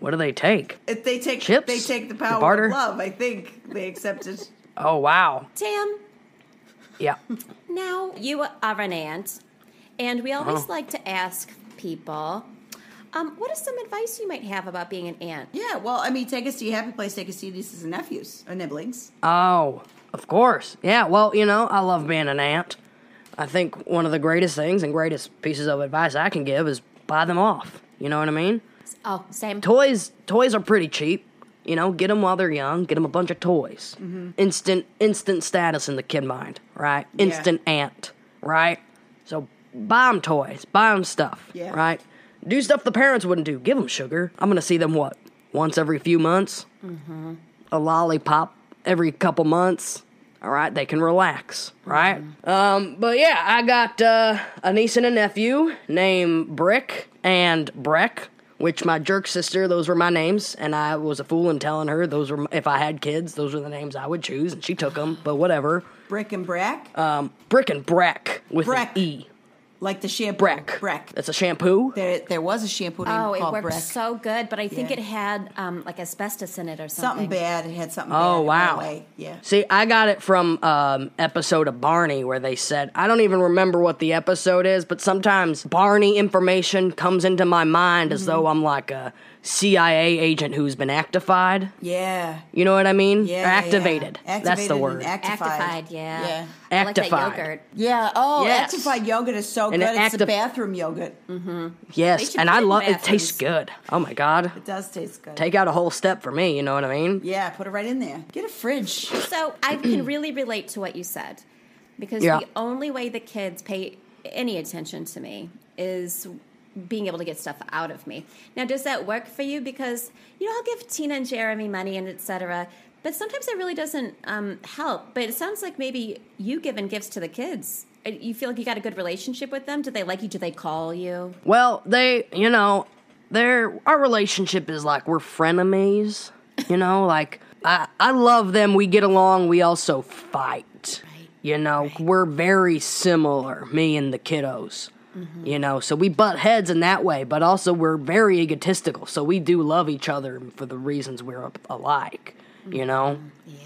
S4: What do they take?
S3: If they take
S4: Chips?
S3: they take the
S4: The
S3: power
S4: barter?
S3: of love. I think they accepted.
S4: Oh wow.
S2: Damn.
S4: Yeah.
S2: Now, you are an aunt, and we always like to ask people, um, what is some advice you might have about being an aunt?
S3: yeah, well, I mean, take us to your happy place. Take us to your nieces and nephews or nibblings.
S4: Oh, of course. Yeah, well, you know, I love being an aunt. I think one of the greatest things and greatest pieces of advice I can give is buy them off. You know what I mean?
S2: Oh, same.
S4: toys toys are pretty cheap you know get them while they're young get them a bunch of toys
S2: Mm-hmm.
S4: instant instant status in the kid mind right instant aunt right so buy them toys buy them stuff
S3: Yeah.
S4: right do stuff the parents wouldn't do give them sugar i'm gonna see them what once every few months
S3: Mm-hmm.
S4: a lollipop every couple months all right they can relax right
S3: Mm-hmm.
S4: um, but yeah i got uh, a niece and a nephew named brick and breck which my jerk sister those were my names and i was a fool in telling her those were if i had kids those were the names i would choose and she took them but whatever
S3: Brick and brack,
S4: um, brick and breck with an
S3: Breck.
S4: e
S3: like the shampoo.
S4: breck
S3: Breck.
S4: that's a shampoo
S3: There, there was a shampoo named
S2: Oh, it
S3: called
S2: worked
S3: Breck.
S2: so good, but I think
S3: Yeah.
S2: it had um, like asbestos in it or something.
S3: something bad. It had something.
S4: Oh
S3: bad
S4: wow!
S3: In the way. Yeah.
S4: See, I got it from um, episode of Barney where they said I don't even remember what the episode is, but sometimes Barney information comes into my mind
S3: Mm-hmm.
S4: as though I'm like a CIA agent who's been actified.
S3: Yeah.
S4: You know what I mean?
S3: Yeah.
S4: Or
S3: yeah,
S4: activated.
S3: yeah.
S4: That's
S3: Activated
S4: the
S3: and
S4: word.
S3: Actified.
S2: Actified, yeah.
S3: Yeah.
S2: I like that
S4: Actified.
S2: yogurt.
S3: Yeah. Oh,
S4: Yes.
S3: actified yogurt is so
S4: And
S3: good.
S4: it
S3: it's the
S4: activ-
S3: bathroom yogurt. It
S2: They
S4: yes,
S2: should
S4: and
S2: put
S4: I
S2: it in
S4: love it. Tastes good. Oh my god!
S3: does taste good.
S4: Take out a whole step for me. You know what I mean?
S3: yeah. Put it right in there. Get a fridge.
S2: So I
S4: [CLEARS THROAT]
S2: can really relate to what you said because
S4: Yeah.
S2: the only way the kids pay any attention to me is being able to get stuff out of me. Now, does that work for you? Because you know, I'll give Tina and Jeremy money and etc. But sometimes that really doesn't um, help. But it sounds like maybe you giving gifts to the kids. Uh, You feel like you got a good relationship with them. Do they like you? Do they call you?
S4: Well, they, you know, their our relationship is like we're frenemies. You know, [LAUGHS] like I I love them. We get along. We also fight. You know, we're very similar, me and the kiddos. You know, so we butt heads in that way, but also we're very egotistical. So we do love each other for the reasons we're a- alike. You know.
S2: Yeah.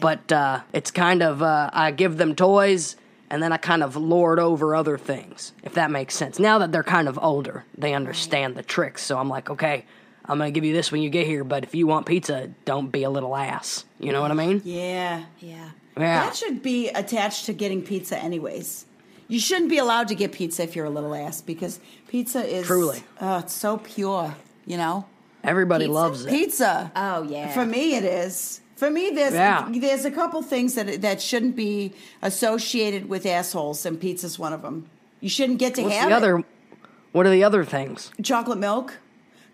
S4: But uh, it's kind of uh, I give them toys and then I kind of lord over other things, if that makes sense. Now that they're kind of older, they understand the tricks. So I'm like, okay, I'm gonna give you this when you get here, but if you want pizza, don't be a little ass. You know what I mean?
S3: Yeah.
S2: Yeah.
S4: Yeah.
S3: That should be attached to getting pizza, anyways. You shouldn't be allowed to get pizza if you're a little ass because pizza is
S4: Truly.
S3: Oh, it's so pure, you know.
S4: Everybody
S2: Pizza?
S4: loves it.
S3: Pizza.
S2: Oh, yeah.
S3: For me, it is. For me, there's
S4: Yeah.
S3: there's a couple things that that shouldn't be associated with assholes, and pizza's one of them. You shouldn't get to
S4: What's
S3: have
S4: the
S3: it.
S4: other? What are the other things?
S3: chocolate milk,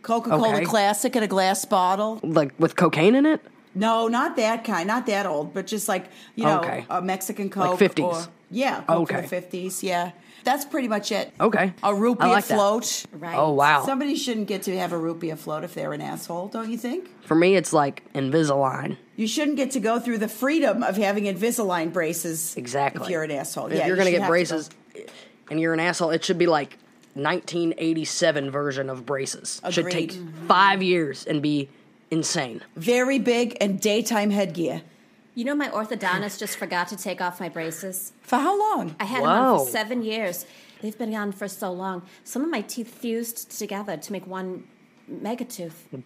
S3: Coca Cola
S4: Okay.
S3: Classic in a glass bottle.
S4: Like with cocaine in it?
S3: No, not that kind, not that old, but just like you know,
S4: Okay.
S3: a Mexican Coke,
S4: Like 50s.
S3: or- yeah, Coke okay,
S4: Okay.
S3: fifties, yeah. That's pretty much it.
S4: Okay.
S3: a root
S4: I
S3: beer
S4: like that.
S3: float.
S2: Right.
S4: Oh wow.
S3: Somebody shouldn't get to have a root beer float if they're an asshole, don't you think?
S4: For me, it's like Invisalign.
S3: You shouldn't get to go through the freedom of having Invisalign braces.
S4: Exactly.
S3: If you're an asshole,
S4: If
S3: yeah,
S4: you're
S3: you
S4: gonna
S3: should have
S4: get
S3: go-
S4: braces, and you're an asshole, it should be like 1987 version of braces. Should take
S3: Agreed. Mm-hmm.
S4: five years and be insane.
S3: very big and daytime headgear.
S2: You know, my orthodontist just forgot to take off my braces.
S3: For how long?
S2: I had them on
S4: Wow.
S2: for seven years. They've been on for so long. Some of my teeth fused together to make one megatooth.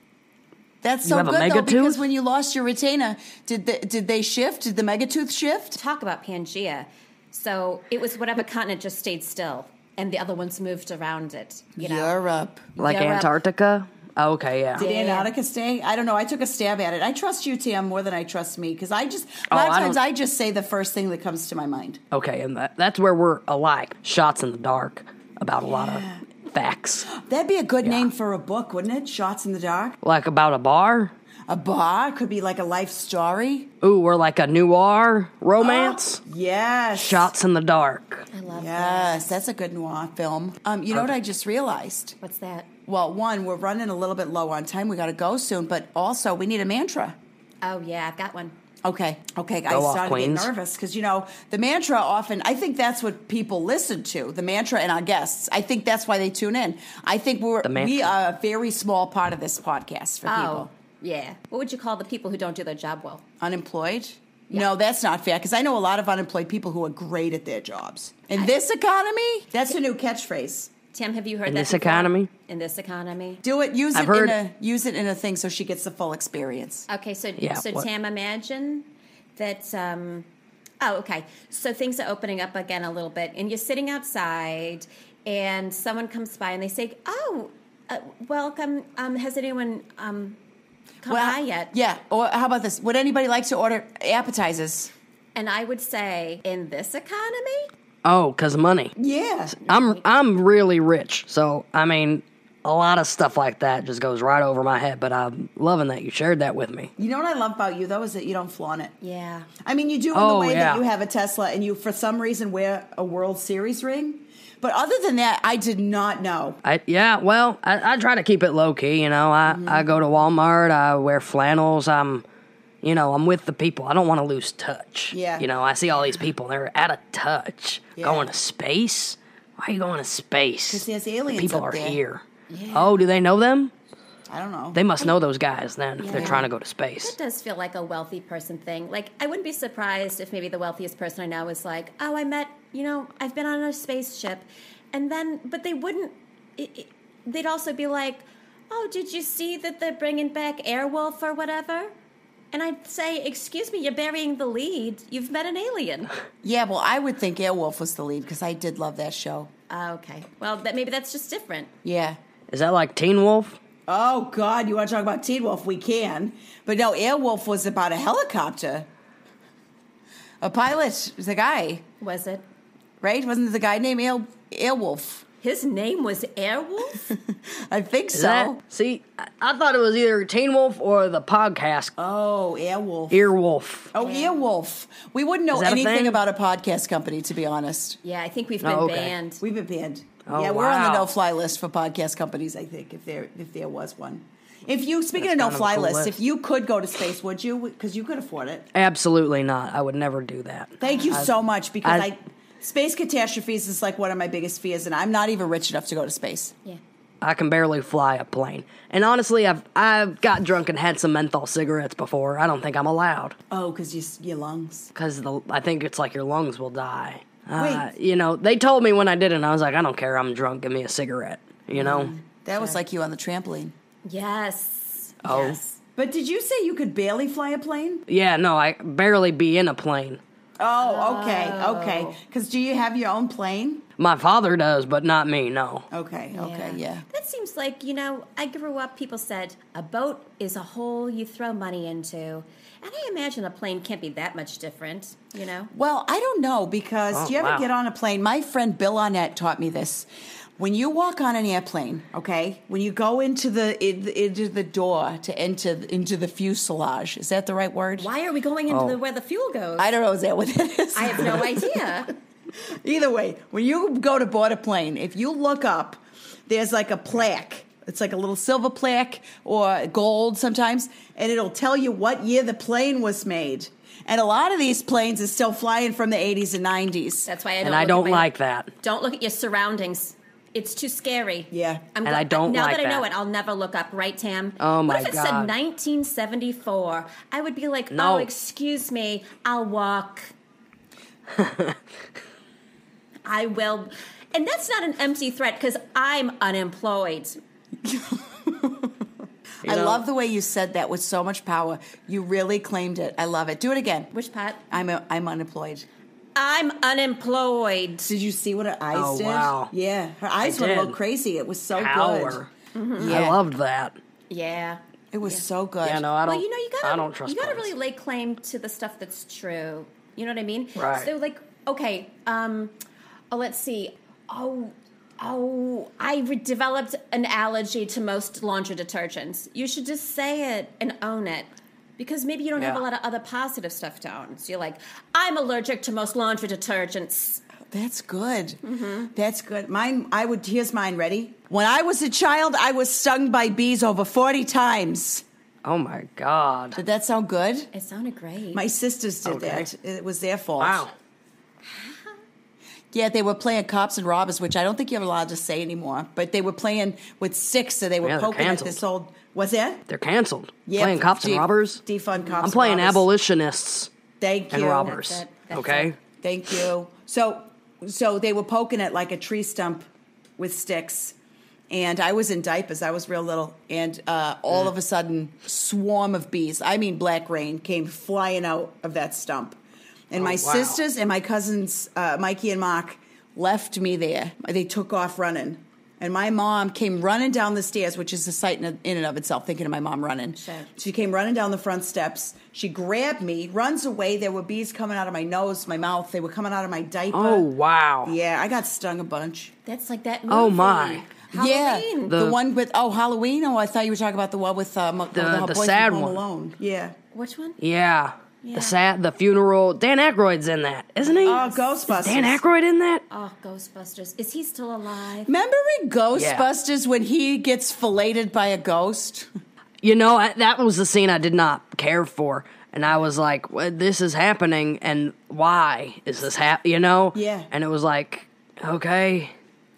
S3: That's
S4: You
S3: so
S4: have a
S3: good though,
S4: megatooth?
S3: because when you lost your retainer, did the, did they shift? Did the megatooth shift?
S2: Talk about Pangea. So it was whatever continent just stayed still, and the other ones moved around it. You know?
S3: Europe.
S4: Like
S2: Europe.
S4: Antarctica. Oh, okay, yeah.
S3: Did
S2: Yeah.
S3: Antarctica stay? I don't know. I took a stab at it. I trust you, Tam, more than I trust me because I just a lot
S4: Oh,
S3: of
S4: I
S3: times
S4: don't-
S3: I just say the first thing that comes to my mind.
S4: Okay, and that, that's where we're alike. Shots in the dark about a lot of facts,
S3: That'd be a good name for a book, wouldn't it? Shots in the dark.
S4: like about a bar.
S3: A bar could be like a life story.
S4: Ooh, or like a noir romance.
S3: Oh. Yes.
S4: Shots in the dark.
S2: I love that.
S3: Yes, that's a good noir film. Um, you know what I just realized?
S2: What's that?
S3: Well, one, we're running a little bit low on time. We got to go soon, but also we need a mantra.
S2: Oh, yeah, I've got one.
S3: Okay. Okay. I
S4: off,
S3: started getting
S4: queens.
S3: nervous because, you know, the mantra often, I think that's what people listen to the mantra and our guests. I think that's why they tune in. I think we're,
S4: mantra.
S3: we are a very small part of this podcast for
S2: Oh,
S3: people.
S2: yeah. What would you call the people who don't do their job well?
S3: Unemployed? No, that's not fair because I know a lot of unemployed people who are great at their jobs. In this economy, that's a new catchphrase.
S2: Tim, have you heard
S4: In
S2: that?
S4: this
S2: before?
S4: economy?
S2: In this economy.
S3: Do it. Use
S4: I've
S3: it
S4: heard-
S3: in a use it in a thing so she gets the full experience.
S2: Okay, so
S4: Yeah,
S2: so
S4: what-
S2: Tam, imagine that. Um, oh, okay. So things are opening up again a little bit, and you're sitting outside, and someone comes by and they say, "Oh, uh, welcome. Um, has anyone um, come by yet?"
S3: Yeah. Or how about this? Would anybody like to order appetizers?
S2: And I would say, in this economy,
S4: Oh, cause money.
S3: Yeah.
S4: I'm I'm really rich, so I mean, a lot of stuff like that just goes right over my head. But I'm loving that you shared that with me.
S3: You know what I love about you though is that you don't flaunt it.
S2: yeah.
S3: I mean, you do in the
S4: Oh,
S3: way
S4: yeah.
S3: that you have a Tesla and you, for some reason, wear a World Series ring. But other than that, I did not know.
S4: I yeah, well, I, I try to keep it low key. You know, I I go to Walmart. I wear flannels. I'm, you know, I'm with the people. I don't want to lose touch.
S3: Yeah.
S4: You know, I see all these people. They're out of touch.
S3: Yeah.
S4: Going to space. Why are you going to space? Because
S3: there's aliens
S4: People
S3: up
S4: are
S3: there.
S4: here. Oh, do they know them?
S3: I don't know.
S4: They must know those guys then if they're trying to go to space.
S2: It does feel like a wealthy person thing. Like, I wouldn't be surprised if maybe the wealthiest person I know is like, oh, I met, you know, I've been on a spaceship. And then, but they wouldn't, it, it, they'd also be like, oh, did you see that they're bringing back Airwolf or whatever? And I'd say, excuse me, you're burying the lead. You've met an
S4: [LAUGHS]
S2: alien.
S3: yeah, well, I would think Airwolf was the lead because I did love that show.
S2: Ah, okay. Well, that maybe that's just different.
S3: Yeah.
S4: Is that like Teen Wolf?
S3: Oh God, you want to talk about Teen Wolf? We can. But no, Airwolf was about a helicopter. A pilot was a guy,
S2: Was it?
S3: right? Wasn't there the guy named Air- Airwolf?
S2: His name was
S4: [LAUGHS]
S2: Airwolf?
S3: I think
S4: Is
S3: so.
S4: that- see, I, I thought it was either Teen Wolf or the podcast
S3: Oh, Airwolf.
S4: Earwolf.
S3: Oh, Earwolf. We wouldn't know
S4: Is that a
S3: anything
S4: thing?
S3: about a podcast company, to be honest.
S2: yeah, I think we've been
S4: Oh, okay.
S2: banned.
S3: We've been banned.
S4: Oh,
S3: yeah, we're on the
S4: wow.
S3: no-fly list for podcast companies. I think if there if there was one. If you speaking of
S4: That's kind of a
S3: no-fly
S4: cool
S3: lists,
S4: list.
S3: if you could go to space, would you? Because you could afford it.
S4: Absolutely not. I would never do that.
S3: Thank you so much because I,
S4: I-
S3: space catastrophes is like one of my biggest fears, and I'm not even rich enough to go to space.
S2: Yeah.
S4: I can barely fly a plane. And honestly, I've I've got drunk and had some menthol cigarettes before. I don't think I'm allowed
S3: Oh, because you, s- your lungs.
S4: because I think it's like your lungs will die. Uh, you know, they told me when I did it, and I was like, I don't care. I'm drunk. Give me a cigarette. You know?
S2: Mm.
S3: That was like you on the trampoline.
S2: Yes.
S4: Oh.
S3: But did you say you could barely fly a plane?
S4: Yeah, no, I barely be in a plane.
S3: Oh, okay, okay. Because do you have your own plane?
S4: My father does, but not me, no.
S3: Okay, okay, yeah.
S2: That seems like, you know, I grew up, people said, a boat is a hole you throw money into. And I imagine a plane can't be that much different, you know?
S3: Well, I don't know because
S4: Oh,
S3: do you ever
S4: wow.
S3: get on a plane? My friend Bill Arnett taught me this. When you walk on an airplane, okay, when you go into the in- into the door to enter the- into the fuselage, is that the right word?
S2: Why are we going into the, where the fuel goes?
S3: I don't know. Is that what that is?
S2: I have no idea.
S3: Either way, when you go to board a plane, if you look up, there's like a plaque. It's like a little silver plaque or gold sometimes, and it'll tell you what year the plane was made. And a lot of these planes are still flying from the 80s and 90s.
S2: That's why I don't.
S4: And
S2: look
S4: I
S2: at
S4: don't
S2: my-
S4: like that.
S2: Don't look at your surroundings. It's too scary.
S3: Yeah.
S2: I'm
S4: And
S2: gl-
S4: I don't
S2: Now
S4: like
S2: that I know
S4: that.
S2: it, I'll never look up. Right, Tam?
S4: Oh, my
S2: What if it said
S4: God.
S2: 1974? I would be like,
S4: No.
S2: oh, excuse me, I'll
S4: [LAUGHS]
S2: walk. I will. And that's not an empty threat because I'm unemployed.
S3: I
S4: know-
S3: love the way you said that with so much power. You really claimed it. I love it. Do it again.
S2: Which part?
S3: I'm a, I'm unemployed.
S2: I'm unemployed.
S3: Did you see what her eyes
S4: Oh,
S3: did?
S4: wow.
S3: Yeah, her eyes were a
S4: did.
S3: little crazy. It was so
S4: Power.
S3: good.
S4: I
S3: Yeah.
S4: loved that.
S2: Yeah.
S3: it. Was so good.
S4: Yeah, no, I don't.
S2: well, you know, you gotta,
S4: I don't trust.
S2: you gotta
S4: planes.
S2: really lay claim to the stuff that's true. You know what I mean?
S4: Right.
S2: So, like, okay, um, oh, let's see. Oh, oh, I re- developed an allergy to most laundry detergents. You should just say it and own it. Because maybe you don't have a
S4: Yeah.
S2: lot of other positive stuff to own. So you're like, I'm allergic to most laundry detergents.
S3: That's good.
S4: Mm-hmm.
S3: That's good. Mine, I would, here's mine, ready? When I was a child, I was stung by bees over 40 times.
S4: Oh my god!
S3: Did that sound good?
S2: It sounded great.
S3: My sisters did
S4: Okay.
S3: that. It was their fault.
S4: Wow.
S3: Yeah, they were playing cops and robbers, which I don't think you're allowed to say anymore, but they were playing with sticks, so they were
S4: Yeah, they're
S3: poking at this old. Was that?
S4: They're canceled.
S3: Yeah,
S4: playing cops
S3: de-
S4: and robbers.
S3: defund cops
S4: I'm
S3: and
S4: playing
S3: robbers.
S4: abolitionists
S3: Thank
S4: and
S3: you.
S4: robbers.
S2: That's it, that's
S4: okay.
S2: it.
S3: Thank you. So, so they were poking at like a tree stump with sticks, and I was in diapers. I was real little, and uh, all of a sudden, swarm of bees. I mean, black rain came flying out of that stump, and my
S4: wow.
S3: sisters and my cousins, uh, Mikey and Mark, left me there. They took off running. And my mom came running down the stairs, which is a sight in, in and of itself, thinking of my mom running.
S2: Sure.
S3: She came running down the front steps. She grabbed me, runs away. There were bees coming out of my nose, my mouth. They were coming out of my diaper.
S4: Oh wow.
S3: Yeah, I got stung a bunch.
S2: That's like that movie.
S4: Oh, my.
S3: Yeah,
S2: Halloween.
S3: the,
S4: The-
S3: one with oh Halloween. Oh, I thought you were talking about the one with um, the,
S4: the
S3: boys from
S4: sad
S3: Home
S4: one.
S3: Alone. Yeah.
S2: Which one?
S4: Yeah.
S2: Yeah.
S4: The sad, the funeral. Dan Aykroyd's in that, isn't he?
S3: Oh, Ghostbusters.
S4: Dan Aykroyd in that?
S2: Oh, Ghostbusters. Is he still alive?
S3: Remember in Ghostbusters when he gets filleted by a ghost?
S4: You know, I, that was the scene I did not care for. And I was like, "What- this is happening, and why is this hap? You know?
S3: Yeah.
S4: And it was like, okay, a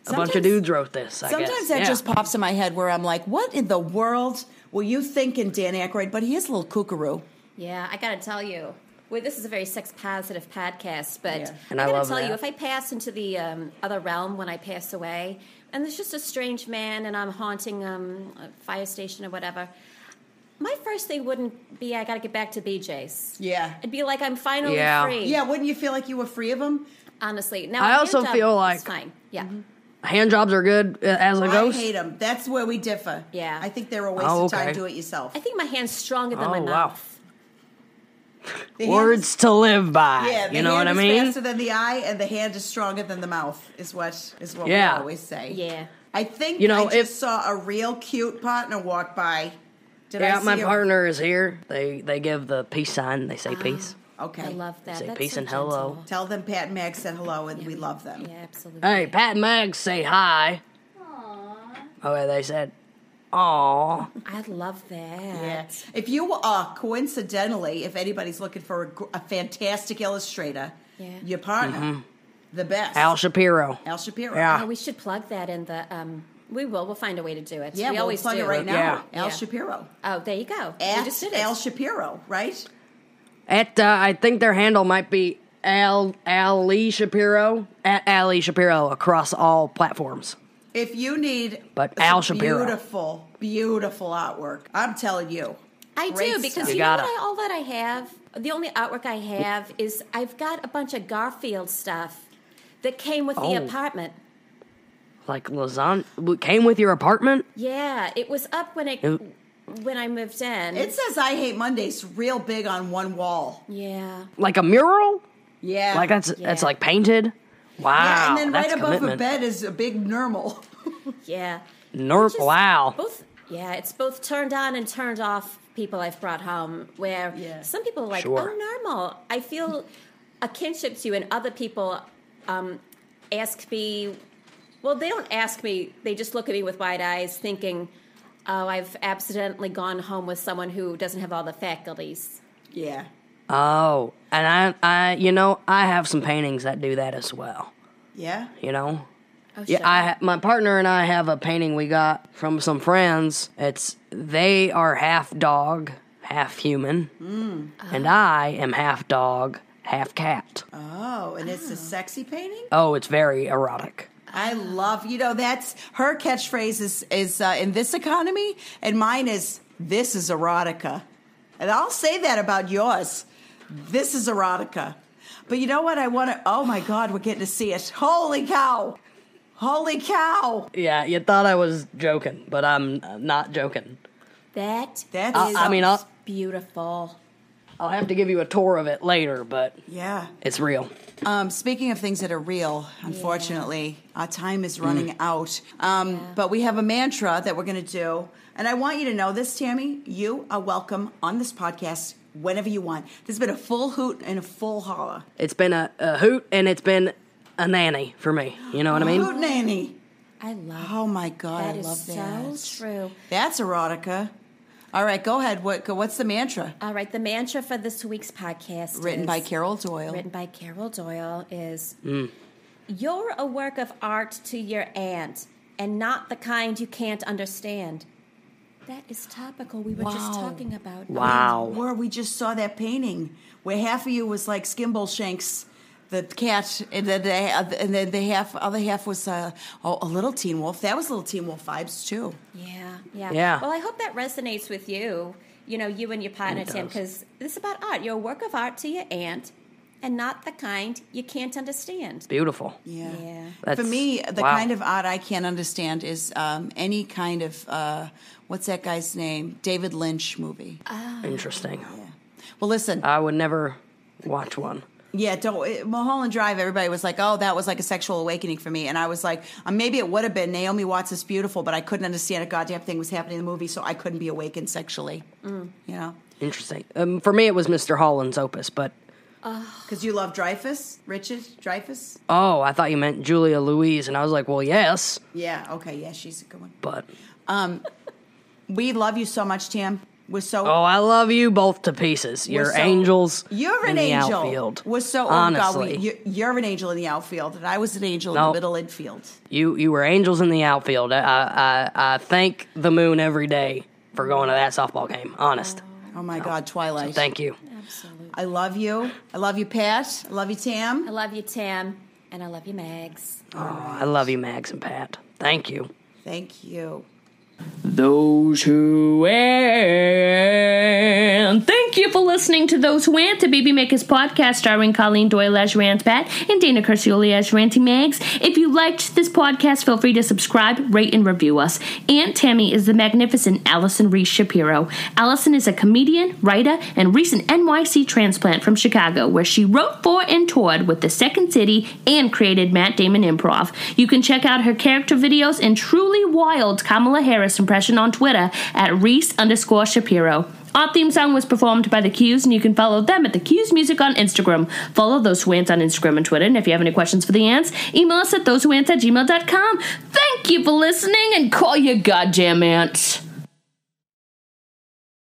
S4: bunch of
S3: Sometimes-
S4: dudes wrote this. I
S3: Sometimes
S4: guess.
S3: that
S4: Yeah.
S3: just pops in my head where I'm like, what in the world were you thinking, Dan Aykroyd? But he is a little kookaroo.
S2: Yeah, I gotta tell you. Well, this is a very sex positive podcast, but
S3: Yeah.
S4: And
S2: I
S4: I
S2: gotta
S4: love
S2: tell you,
S4: that.
S2: if I pass into the um, other realm when I pass away, and there's just a strange man, and I'm haunting um, a fire station or whatever, my first thing wouldn't be I gotta get back to BJ's.
S3: Yeah.
S2: It'd be like I'm finally
S4: Yeah.
S2: free.
S3: Yeah, wouldn't you feel like you were free of him?
S2: honestly. Now
S4: I
S2: a
S4: also
S2: hand job
S4: feel
S2: is
S4: like- Mm-hmm.
S2: fine. Yeah,
S4: hand jobs are good uh, as a
S3: I
S4: ghost.
S3: hate them. That's where we differ.
S2: Yeah.
S3: I think they're a waste
S4: Oh,
S3: of time.
S4: okay.
S3: Do it yourself.
S2: I think my hand's stronger than
S4: Oh,
S2: my
S4: wow.
S2: mouth.
S3: The hand is-
S4: Words to live by.
S3: Yeah, the
S4: you know
S3: hand
S4: what I
S3: is
S4: mean?
S3: Faster than the eye, and the hand is stronger than the mouth. Is what is what
S4: Yeah.
S3: we always say.
S2: Yeah.
S3: I think
S4: You know,
S3: I just
S4: if-
S3: saw a real cute partner walk by. Did I
S4: Yeah,
S3: see
S4: my
S3: a-
S4: partner is here. They they give the peace sign. They
S3: Uh-huh.
S4: say peace.
S3: Okay,
S2: I love that.
S4: Say
S2: That's
S4: peace
S2: so
S4: and hello.
S2: gentle.
S3: Tell them Pat and Meg said hello, and we love them.
S2: Yeah, absolutely.
S4: Hey, Pat and Meg say hi. Aww. Okay, they said, "Aw."
S2: I love that.
S3: Yeah. If you uh, coincidentally, if anybody's looking for a, gr- a fantastic illustrator,
S2: Yeah.
S3: your partner, the best,
S4: Mm-hmm. Al Shapiro.
S3: Al Shapiro.
S4: Yeah.
S2: Oh, we should plug that in the. Um, we will. We'll find a way to do it.
S3: yeah,
S2: we
S3: we'll
S2: always
S3: plug
S2: do.
S3: it right now.
S4: Yeah.
S3: Al
S2: Yeah.
S3: Shapiro.
S2: Oh, there you go. we
S3: At
S2: just did it.
S3: Al Shapiro, right?
S4: At uh, I think their handle might be Al Ali Shapiro at Ali Shapiro across all platforms.
S3: If you need
S4: But
S3: some
S4: Al Shapiro.
S3: beautiful, beautiful artwork, I'm telling you.
S2: I do
S3: Great
S2: because
S3: stuff.
S2: you,
S4: You
S2: know
S4: gotta.
S2: what I, all that I have. The only artwork I have is I've got a bunch of Garfield stuff that came with the
S4: Oh.
S2: apartment.
S4: Like lasagna what came with your apartment.
S2: Yeah, it was up when it
S4: It-
S2: when I moved in.
S3: It says I hate Mondays real big on one wall.
S2: yeah,
S4: Like a mural.
S3: Yeah.
S4: Like that's that's
S2: Yeah.
S4: like painted. Wow,
S3: yeah, and then
S4: that's
S3: right above
S4: commitment.
S3: a bed is a big normal. [LAUGHS]
S2: yeah.
S4: Nor-
S2: Just
S4: wow.
S2: Both. Yeah, it's both turned on and turned off people I've brought home. Where
S3: Yeah.
S2: some people are like,
S4: Sure.
S2: "Oh, normal." I feel a kinship to you, and other people um, ask me. Well, they don't ask me. They just look at me with wide eyes, thinking, "Oh, I've accidentally gone home with someone who doesn't have all the faculties."
S3: yeah.
S4: Oh, and I, I, you know, I have some paintings that do that as well.
S3: Yeah.
S4: You know,
S2: Oh,
S4: yeah,
S2: shit.
S4: I, ha- my partner and I have a painting we got from some friends. It's they are half dog, half human,
S3: Mm.
S4: and I am half dog, half cat.
S3: Oh, and it's a sexy painting?
S4: Oh, it's very erotic.
S3: I love, you know, that's her catchphrase is, is uh, in this economy, and mine is, this is erotica. And I'll say that about yours. This is erotica. But you know what? I want to, oh my God, we're getting to see it. Holy cow. Holy cow.
S4: Yeah, you thought I was joking, but I'm uh, not joking.
S2: That
S3: That's-
S2: is
S4: Uh, I- I mean, I'll-
S2: beautiful.
S4: I'll have to give you a tour of it later, but
S3: Yeah.
S4: it's real.
S3: Um, speaking of things that are real, unfortunately, our time
S4: Mm.
S3: is running out. Um, But we have a mantra that we're going to do. And I want you to know this, Tammy, you are welcome on this podcast whenever you want. This has been a full hoot and a full holler.
S4: It's been a, a hoot and it's been a nanny for me. You know what I mean?
S3: Hoot nanny.
S2: I love.
S3: Oh my God,
S2: That
S3: I
S2: is
S3: love that.
S2: so true.
S3: That's erotica. All right, go ahead. What, what's the mantra?
S2: All right, the mantra for this week's podcast
S3: Written
S2: is-
S3: by Carol Doyle.
S2: written by Carol Doyle is You're a work of art to your aunt and not the kind you can't understand. That is topical. We were just
S3: Wow.
S2: talking about.
S4: Wow.
S3: Where we just saw that painting, where half of you was like Skimble Shanks, the cat, and then the, and then the half other half was uh, oh, a little Teen Wolf. That was little Teen Wolf vibes too.
S2: Yeah, yeah.
S4: Yeah.
S2: Well, I hope that resonates with you, you know, you and your partner, Tim, because this is about art. You're a work of art to your aunt and not the kind you can't understand.
S4: Beautiful.
S3: Yeah.
S2: Yeah.
S4: That's-
S3: For me, the
S4: wow.
S3: kind of art I can't understand is um, any kind of uh, what's that guy's name? David Lynch movie.
S4: interesting.
S3: yeah. Well, listen.
S4: I would never watch one.
S3: Yeah, don't it, Mulholland Drive. Everybody was like, "Oh, that was like a sexual awakening for me," and I was like, uh, "Maybe it would have been." Naomi Watts is beautiful, but I couldn't understand a goddamn thing was happening in the movie, so I couldn't be awakened sexually. You know,
S4: Interesting. Um, for me, it was Mr. Holland's opus, but
S3: because you love Dreyfus, Richard Dreyfus.
S4: oh, I thought you meant Julia Louise, and I was like, well, yes,
S3: Yeah. Okay. Yeah, she's a good one.
S4: but
S3: We love you so much, Tam. We're so.
S4: oh, I love you both to pieces. You're
S3: we're so-
S4: angels.
S3: You're an
S4: in the
S3: angel.
S4: Outfield.
S3: We're so. Oh
S4: honestly.
S3: God, we, you, you're an angel in the outfield, and I was an angel in
S4: No.
S3: the middle infield.
S4: you you were angels in the outfield. I I, I I thank the moon every day for going to that softball game. Honest.
S3: Oh my God, Twilight.
S4: Thank you.
S2: Absolutely.
S3: I love you. I love you, Pat. I love you, Tam.
S2: I love you, Tim, and I love you, Mags.
S4: Oh, I love you, Mags and Pat. Thank you.
S3: Thank you.
S6: Those who ant.
S1: Thank you for listening to Those Who Ant, the Baby Makers podcast starring Colleen Doyle as Rant Pat and Dana Curcioli as Ranty Mags. If you liked this podcast, feel free to subscribe, rate, and review us. Aunt Tammy is the magnificent Allison Reese Shapiro. Allison is a comedian, writer, and recent NYC transplant from Chicago, where she wrote for and toured with The Second City and created Matt Damon Improv. You can check out her character videos and truly wild Kamala Harris impression on Twitter at Reese underscore Shapiro. Our theme song was performed by The Q's, and you can follow them at The Q's Music on Instagram. Follow Those Who Ants on Instagram and Twitter, and if you have any questions for the ants, email us at thosewhoants at gmail.com. Thank you for listening, and call your goddamn ants.